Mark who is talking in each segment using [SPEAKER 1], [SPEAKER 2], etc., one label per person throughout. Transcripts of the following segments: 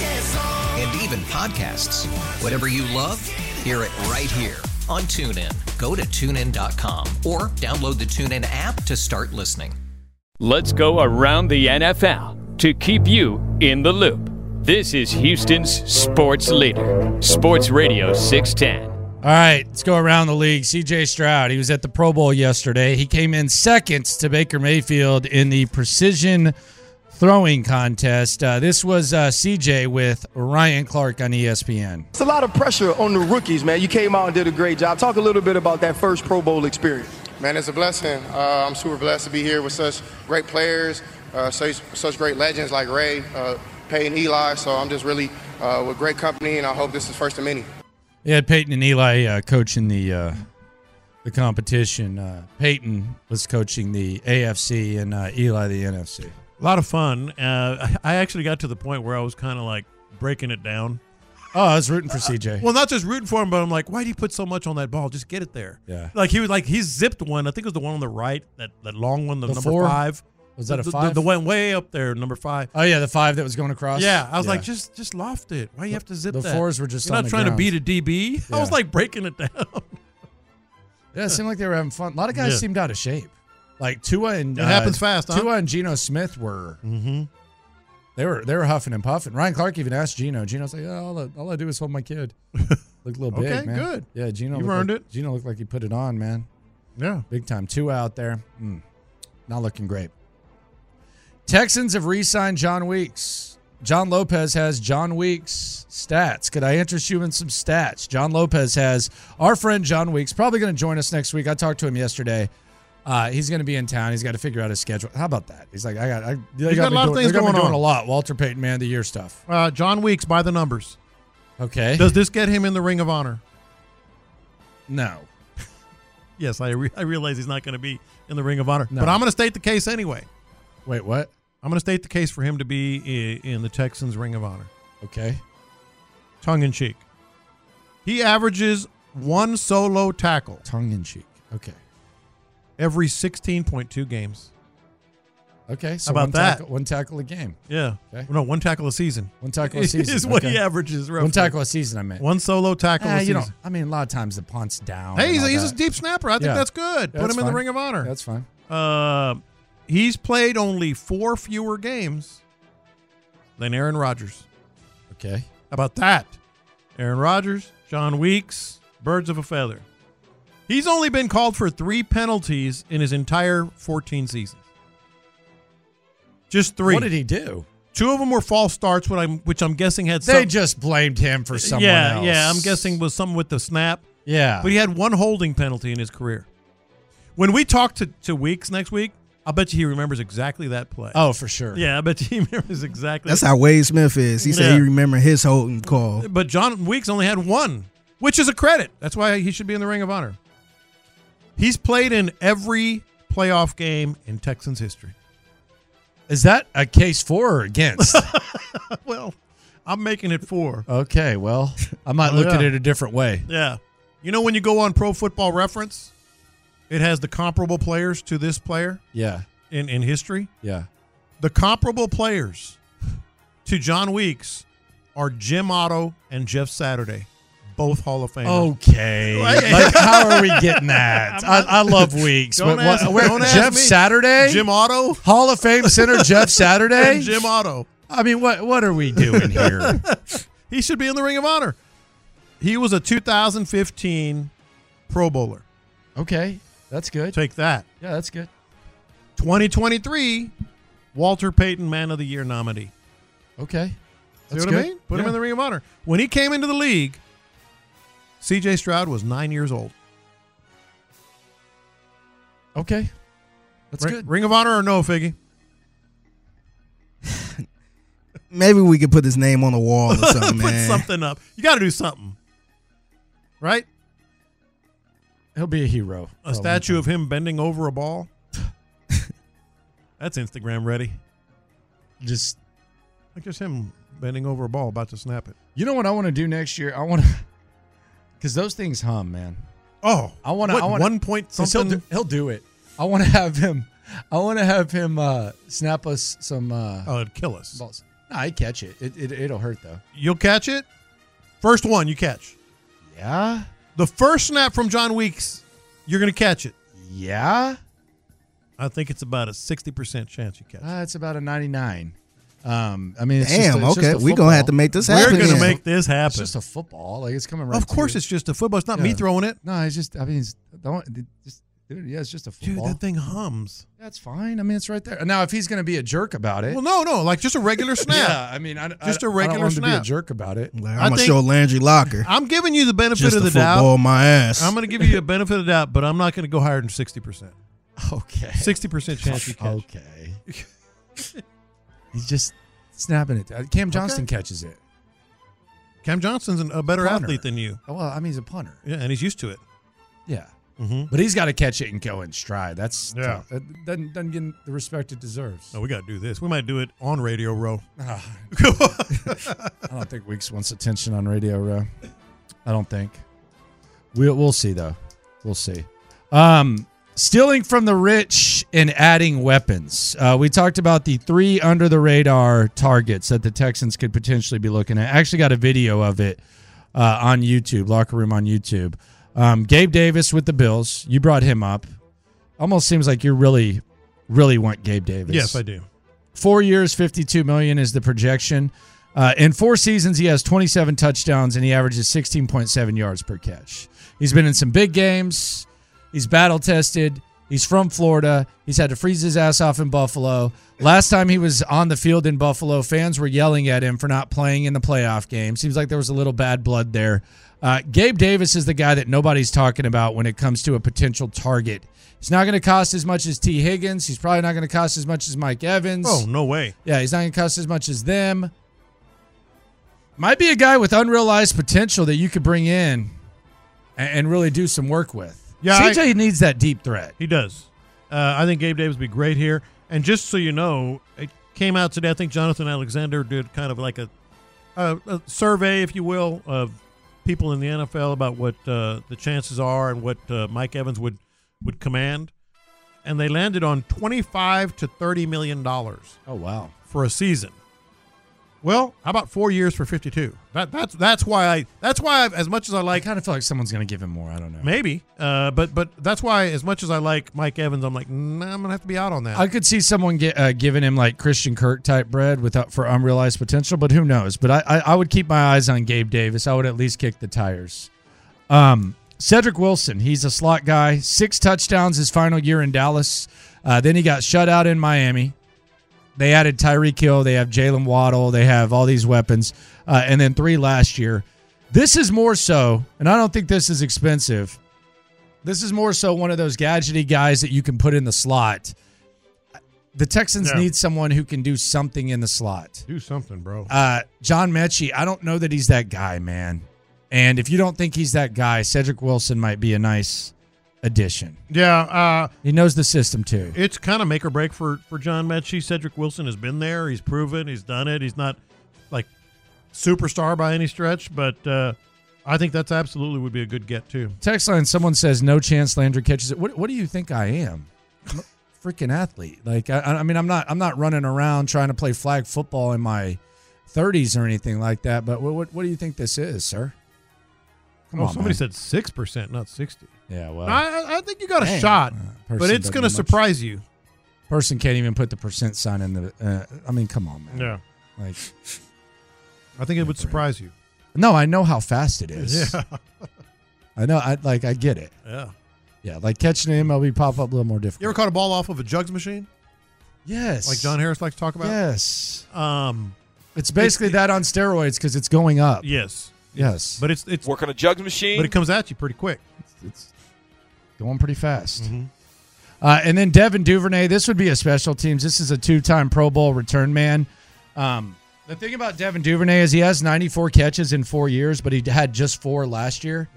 [SPEAKER 1] Yes, oh,
[SPEAKER 2] and even podcasts. Whatever you love, hear it right here on TuneIn. Go to tunein.com or download the TuneIn app to start listening.
[SPEAKER 3] Let's go around the NFL to keep you in the loop. This is Houston's sports leader, Sports Radio 610.
[SPEAKER 4] All right, let's go around the league. CJ Stroud, he was at the Pro Bowl yesterday. He came in second to Baker Mayfield in the precision throwing contest. Uh, this was uh, CJ with Ryan Clark on E ESPN.
[SPEAKER 5] It's a lot of pressure on the rookies, man. You came out and did a great job. Talk a little bit about that first Pro Bowl experience.
[SPEAKER 6] Man, it's a blessing. Uh, I'm super blessed to be here with such great players, uh, such, such great legends like Ray, uh, Peyton, Eli. So I'm just really uh, with great company, and I hope this is first of many.
[SPEAKER 4] They had Peyton and Eli uh, coaching the uh, the competition. Uh, Peyton was coaching the AFC and uh, Eli the NFC.
[SPEAKER 7] A lot of fun. Uh, I I actually got to the point where I was kind of like breaking it down.
[SPEAKER 4] Oh, I was rooting for CJ.
[SPEAKER 7] Well, not just rooting for him, but I'm like, why do you put so much on that ball? Just get it there.
[SPEAKER 4] Yeah.
[SPEAKER 7] Like he was like he zipped one. I think it was the one on the right, that that long one, the,
[SPEAKER 4] The
[SPEAKER 7] number
[SPEAKER 4] four?
[SPEAKER 7] five.
[SPEAKER 4] Was that
[SPEAKER 7] The-
[SPEAKER 4] a
[SPEAKER 7] the-
[SPEAKER 4] five?
[SPEAKER 7] The, one way up there, number five.
[SPEAKER 4] oh yeah, the five that was going across.
[SPEAKER 7] yeah, I was like, just just loft it. Why you have to zip
[SPEAKER 4] the
[SPEAKER 7] that?
[SPEAKER 4] fours were just
[SPEAKER 7] You're
[SPEAKER 4] on
[SPEAKER 7] not
[SPEAKER 4] the
[SPEAKER 7] trying
[SPEAKER 4] ground.
[SPEAKER 7] to beat a DB. I was
[SPEAKER 4] Yeah.
[SPEAKER 7] like breaking it down.
[SPEAKER 4] yeah, it seemed like they were having fun. A lot of guys
[SPEAKER 7] Yeah.
[SPEAKER 4] seemed out of shape. Like Tua and
[SPEAKER 7] It happens fast, huh?
[SPEAKER 4] Uh, Tua and Geno Smith were
[SPEAKER 7] mm-hmm.
[SPEAKER 4] they were they were huffing and puffing. Ryan Clark even asked Geno. Geno's like, oh, all, I, all I do is hold my kid. Looked a little big,
[SPEAKER 7] Okay,
[SPEAKER 4] man.
[SPEAKER 7] good.
[SPEAKER 4] Yeah, Geno.
[SPEAKER 7] You
[SPEAKER 4] looked
[SPEAKER 7] earned
[SPEAKER 4] like-
[SPEAKER 7] it.
[SPEAKER 4] Geno looked like he put it on, man.
[SPEAKER 7] Yeah.
[SPEAKER 4] Big time. Two out there. Mm, not looking great. Texans have re signed John Weeks. John Lopez has John Weeks stats. Could I interest you in some stats? John Lopez has our friend John Weeks, probably going to join us next week. I talked to him yesterday. Uh, he's going to be in town. He's got to figure out his schedule. How about that? He's like, I got, I, they
[SPEAKER 7] He's got a
[SPEAKER 4] me
[SPEAKER 7] lot of
[SPEAKER 4] doing-
[SPEAKER 7] things
[SPEAKER 4] they got me
[SPEAKER 7] going
[SPEAKER 4] doing
[SPEAKER 7] on.
[SPEAKER 4] a lot. Walter Payton, man, of the year stuff.
[SPEAKER 7] Uh, John Weeks by the numbers.
[SPEAKER 4] Okay.
[SPEAKER 7] Does this get him in the Ring of Honor?
[SPEAKER 4] no.
[SPEAKER 7] Yes, I, re- I realize he's not going to be in the Ring of Honor,
[SPEAKER 4] No.
[SPEAKER 7] but I'm going to state the case anyway.
[SPEAKER 4] Wait, what?
[SPEAKER 7] I'm going to state the case for him to be i- in the Texans Ring of Honor.
[SPEAKER 4] Okay.
[SPEAKER 7] Tongue in cheek. He averages one solo tackle
[SPEAKER 4] Tongue in cheek. Okay.
[SPEAKER 7] every 16.2 games.
[SPEAKER 4] Okay. So
[SPEAKER 7] How about
[SPEAKER 4] one
[SPEAKER 7] that?
[SPEAKER 4] Tackle, one tackle a game.
[SPEAKER 7] Yeah.
[SPEAKER 4] Okay.
[SPEAKER 7] No, one tackle a season.
[SPEAKER 4] One tackle a season.
[SPEAKER 7] is what
[SPEAKER 4] okay.
[SPEAKER 7] he averages. Roughly.
[SPEAKER 4] One tackle a season, I meant.
[SPEAKER 7] One solo tackle
[SPEAKER 4] Ah,
[SPEAKER 7] a season.
[SPEAKER 4] you know, I mean, a lot of times the punt's down.
[SPEAKER 7] hey,
[SPEAKER 4] and
[SPEAKER 7] he's,
[SPEAKER 4] all
[SPEAKER 7] a- he's a
[SPEAKER 4] that.
[SPEAKER 7] deep snapper. I think
[SPEAKER 4] Yeah.
[SPEAKER 7] that's good. Put
[SPEAKER 4] That's
[SPEAKER 7] him in
[SPEAKER 4] fine.
[SPEAKER 7] the Ring of Honor.
[SPEAKER 4] That's fine.
[SPEAKER 7] Uh, he's played only four fewer games than Aaron Rodgers.
[SPEAKER 4] Okay.
[SPEAKER 7] How about that? Aaron Rodgers, John Weeks, birds of a feather. He's only been called for three penalties in his entire 14 seasons. Just three.
[SPEAKER 4] What did he do?
[SPEAKER 7] Two of them were false starts, what I'm, which I'm guessing had
[SPEAKER 4] They
[SPEAKER 7] some-
[SPEAKER 4] just blamed him for someone
[SPEAKER 7] yeah,
[SPEAKER 4] else.
[SPEAKER 7] yeah. I'm guessing was something with the snap,
[SPEAKER 4] Yeah.
[SPEAKER 7] but he had one holding penalty in his career. When we talk to, to Weeks next week, I bet you he remembers exactly that play.
[SPEAKER 4] oh, for sure.
[SPEAKER 7] yeah, I bet you he remembers exactly.
[SPEAKER 8] That's how Wade Smith is. He said
[SPEAKER 7] Yeah.
[SPEAKER 8] he remembered his holding call.
[SPEAKER 7] But John Weeks only had one, which is a credit. That's why he should be in the Ring of Honor. He's played in every playoff game in Texans history.
[SPEAKER 4] Is that a case for or against?
[SPEAKER 7] Well, I'm making it four.
[SPEAKER 4] okay. Well, I might
[SPEAKER 7] Oh,
[SPEAKER 4] look at
[SPEAKER 7] yeah.
[SPEAKER 4] it a different way.
[SPEAKER 7] Yeah. You know when you go on Pro Football Reference, it has the comparable players to this player
[SPEAKER 4] Yeah.
[SPEAKER 7] in, in history.
[SPEAKER 4] Yeah.
[SPEAKER 7] The comparable players to John Weeks are Jim Otto and Jeff Saturday, both Hall of Famers.
[SPEAKER 4] Okay.
[SPEAKER 7] Hey.
[SPEAKER 4] like, how are we getting that? I, I love weeks.
[SPEAKER 7] Don't
[SPEAKER 4] but what-
[SPEAKER 7] ask-
[SPEAKER 4] wait,
[SPEAKER 7] don't ask
[SPEAKER 4] Jeff
[SPEAKER 7] me.
[SPEAKER 4] Saturday?
[SPEAKER 7] Jim Otto
[SPEAKER 4] Hall of Fame center Jeff Saturday?
[SPEAKER 7] and Jim Otto.
[SPEAKER 4] I mean, what what are we doing here?
[SPEAKER 7] He should be in the Ring of Honor. He was a 2015 Pro Bowler.
[SPEAKER 4] okay. That's good.
[SPEAKER 7] Take that.
[SPEAKER 4] Yeah, that's good.
[SPEAKER 7] 2023 Walter Payton Man of the Year nominee.
[SPEAKER 4] Okay.
[SPEAKER 7] See
[SPEAKER 4] That's
[SPEAKER 7] what I
[SPEAKER 4] good.
[SPEAKER 7] mean? Put him
[SPEAKER 4] Yeah.
[SPEAKER 7] in the Ring of Honor. When he came into the league, CJ Stroud was nine years old.
[SPEAKER 4] Okay. That's
[SPEAKER 7] good. Ring of Honor or no, Figgy?
[SPEAKER 8] Maybe we could put his name on the wall or something,
[SPEAKER 7] Put
[SPEAKER 8] man.
[SPEAKER 7] something up. You got to do something. Right?
[SPEAKER 4] He'll be a hero.
[SPEAKER 7] A statue of him bending over a ball. That's Instagram ready.
[SPEAKER 4] Just
[SPEAKER 7] like just him bending over a ball about to snap it.
[SPEAKER 4] You know what I want to do next year? I want to, because those things hum, man.
[SPEAKER 7] Oh,
[SPEAKER 4] I want to.
[SPEAKER 7] what,
[SPEAKER 4] I want
[SPEAKER 7] one point
[SPEAKER 4] He'll
[SPEAKER 7] something?
[SPEAKER 4] do, he'll do it. I want to have him. I want to have him uh, snap us some. Uh,
[SPEAKER 7] oh, it'd kill us.
[SPEAKER 4] Balls. No, I catch it. It, it. It'll hurt though.
[SPEAKER 7] You'll catch it. First one you catch.
[SPEAKER 4] Yeah.
[SPEAKER 7] The first snap from John Weeks, you're going to catch it.
[SPEAKER 4] Yeah.
[SPEAKER 7] I think it's about a 60% chance you catch it.
[SPEAKER 4] Uh, it's about a ninety-nine. Um, I mean, it's
[SPEAKER 8] Damn,
[SPEAKER 4] Just a, it's
[SPEAKER 8] okay.
[SPEAKER 4] Just a
[SPEAKER 8] We gonna
[SPEAKER 4] football.
[SPEAKER 8] have to make this
[SPEAKER 7] We're
[SPEAKER 8] happen
[SPEAKER 7] gonna
[SPEAKER 8] then.
[SPEAKER 7] make this happen.
[SPEAKER 4] It's just a football. Like it's coming right.
[SPEAKER 7] Of
[SPEAKER 4] to
[SPEAKER 7] course,
[SPEAKER 4] you.
[SPEAKER 7] it's just a football. It's not me
[SPEAKER 4] Yeah.
[SPEAKER 7] throwing it.
[SPEAKER 4] No, it's just. I mean, it's, don't. Just, dude, yeah, it's just a
[SPEAKER 7] Dude,
[SPEAKER 4] football.
[SPEAKER 7] that thing hums.
[SPEAKER 4] That's fine. I mean, it's right there. Now, if he's going to be a jerk about it,
[SPEAKER 7] Well, no, no, like just a regular snap.
[SPEAKER 4] Yeah, I mean, I,
[SPEAKER 7] just
[SPEAKER 4] a
[SPEAKER 7] a regular snap.
[SPEAKER 4] to be a jerk about it.
[SPEAKER 8] I'm
[SPEAKER 7] I
[SPEAKER 8] gonna
[SPEAKER 7] think-
[SPEAKER 8] show Landry Locker.
[SPEAKER 7] I'm giving you the benefit
[SPEAKER 8] Just
[SPEAKER 7] of
[SPEAKER 8] a
[SPEAKER 7] the doubt.
[SPEAKER 8] football my ass.
[SPEAKER 7] I'm going to give you the benefit of the doubt, but I'm not going to go higher than 60%.
[SPEAKER 4] Okay.
[SPEAKER 7] 60% chance you catch.
[SPEAKER 4] Okay. He's just snapping it. Uh, Cam Johnston catches it.
[SPEAKER 7] Cam Johnson's an- a better
[SPEAKER 4] Punter.
[SPEAKER 7] athlete than you.
[SPEAKER 4] Oh, Well, I mean, he's a punter.
[SPEAKER 7] Yeah, and he's used to it.
[SPEAKER 4] Yeah.
[SPEAKER 7] Mhm.
[SPEAKER 4] But he's got to catch it and go in stride. That's
[SPEAKER 7] Yeah.
[SPEAKER 4] That doesn't, doesn't get the respect it deserves.
[SPEAKER 7] No, we got to do this. We might do it on Radio Row.
[SPEAKER 4] Ah. I don't think Weeks wants attention on Radio Row. I don't think. We'll we'll see though. We'll see. Um, stealing from the rich and adding weapons. Uh, we talked about the three under the radar targets that the Texans could potentially be looking at. I actually got a video of it uh, on YouTube, locker room on YouTube. Um, Gabe Davis with the Bills. You brought him up. Almost seems like you really, really want Gabe Davis.
[SPEAKER 7] Yes, I do.
[SPEAKER 4] Four years, fifty-two million is the projection. Uh, in four seasons, he has twenty-seven touchdowns and he averages sixteen point seven yards per catch. He's been in some big games. He's battle tested. He's from Florida. He's had to freeze his ass off in Buffalo. Last time he was on the field in Buffalo, fans were yelling at him for not playing in the playoff game. Seems like there was a little bad blood there. Uh, Gabe Davis is the guy that nobody's talking about when it comes to a potential target. He's not going to cost as much as T. Higgins. He's probably not going to cost as much as Mike Evans.
[SPEAKER 7] Oh, no way.
[SPEAKER 4] Yeah, he's not going to cost as much as them. Might be a guy with unrealized potential that you could bring in and, and really do some work with.
[SPEAKER 7] Yeah, I-
[SPEAKER 4] CJ needs that deep threat.
[SPEAKER 7] He does. Uh, I think Gabe Davis would be great here. And just so you know, it came out today. I think Jonathan Alexander did kind of like a, a, a survey, if you will, of people in the NFL about what uh, the chances are and what uh, Mike Evans would would command. And they landed on twenty-five to thirty million dollars
[SPEAKER 4] Oh wow!
[SPEAKER 7] for a season. Well, how about four years for fifty-two? That, that's that's why I that's why I, as much as I
[SPEAKER 4] I
[SPEAKER 7] like
[SPEAKER 4] kind of feel like someone's going to give him more. I don't know.
[SPEAKER 7] Maybe, uh, but but that's why as much as I like Mike Evans, I'm like nah, I'm gonna have to be out on that.
[SPEAKER 4] I could see someone get uh, giving him like Christian Kirk type bread without for unrealized potential, but who knows? But I, I I would keep my eyes on Gabe Davis. I would at least kick the tires. Um, Cedric Wilson, he's a slot guy. Six touchdowns his final year in Dallas. Uh, then he got shut out in Miami. They added Tyreek Hill. They have Jalen Waddle. They have all these weapons, uh, and then three last year. This is more so, and I don't think this is expensive. This is more so one of those gadgety guys that you can put in the slot. The Texans
[SPEAKER 7] Yeah.
[SPEAKER 4] need someone who can do something in the slot.
[SPEAKER 7] Do something, bro.
[SPEAKER 4] Uh, John Mechie, I don't know that he's that guy, man. And if you don't think he's that guy, Cedric Wilson might be a nice addition.
[SPEAKER 7] yeah, uh,
[SPEAKER 4] He knows the system too.
[SPEAKER 7] it's kind of make or break for for John Mechie. Cedric Wilson has been there. He's proven. He's done it. He's not like superstar by any stretch, but uh, I think that's absolutely would be a good get too.
[SPEAKER 4] Text line, someone says, "No chance Landry catches it." What, what do you think I am? I'm a freaking athlete. Like I, I mean, I'm not I'm not running around trying to play flag football in my 30s or anything like that. But what what, what do you think this is, sir? Come
[SPEAKER 7] oh,
[SPEAKER 4] on,
[SPEAKER 7] somebody
[SPEAKER 4] man.
[SPEAKER 7] said six percent, not sixty.
[SPEAKER 4] Yeah, well,
[SPEAKER 7] I, I- I think you got a
[SPEAKER 4] Dang.
[SPEAKER 7] shot,
[SPEAKER 4] Uh,
[SPEAKER 7] but
[SPEAKER 4] person
[SPEAKER 7] it's
[SPEAKER 4] doesn't
[SPEAKER 7] gonna
[SPEAKER 4] do much.
[SPEAKER 7] surprise you.
[SPEAKER 4] person can't even put the percent sign in the. Uh, I mean, come on, man.
[SPEAKER 7] Yeah,
[SPEAKER 4] Like,
[SPEAKER 7] I think it would surprise you.
[SPEAKER 4] no, I know how fast it is.
[SPEAKER 7] Yeah,
[SPEAKER 4] I know. I like. I get it.
[SPEAKER 7] yeah.
[SPEAKER 4] Yeah, like catching an MLB pop up a little more difficult.
[SPEAKER 7] You ever caught a ball off of a jugs machine?
[SPEAKER 4] Yes.
[SPEAKER 7] Like John Harris likes to talk about?
[SPEAKER 4] Yes.
[SPEAKER 7] Um,
[SPEAKER 4] It's basically that on steroids because it's going up.
[SPEAKER 7] Yes.
[SPEAKER 4] Yes.
[SPEAKER 7] But it's it's
[SPEAKER 9] Working a jugs machine.
[SPEAKER 7] But it comes at you pretty quick.
[SPEAKER 4] It's going pretty fast. Uh, and then Devin Duvernay, this would be a special teams. This is a two-time Pro Bowl return man. Um, the thing about Devin Duvernay is he has 94 catches in four years, but he had just four last year.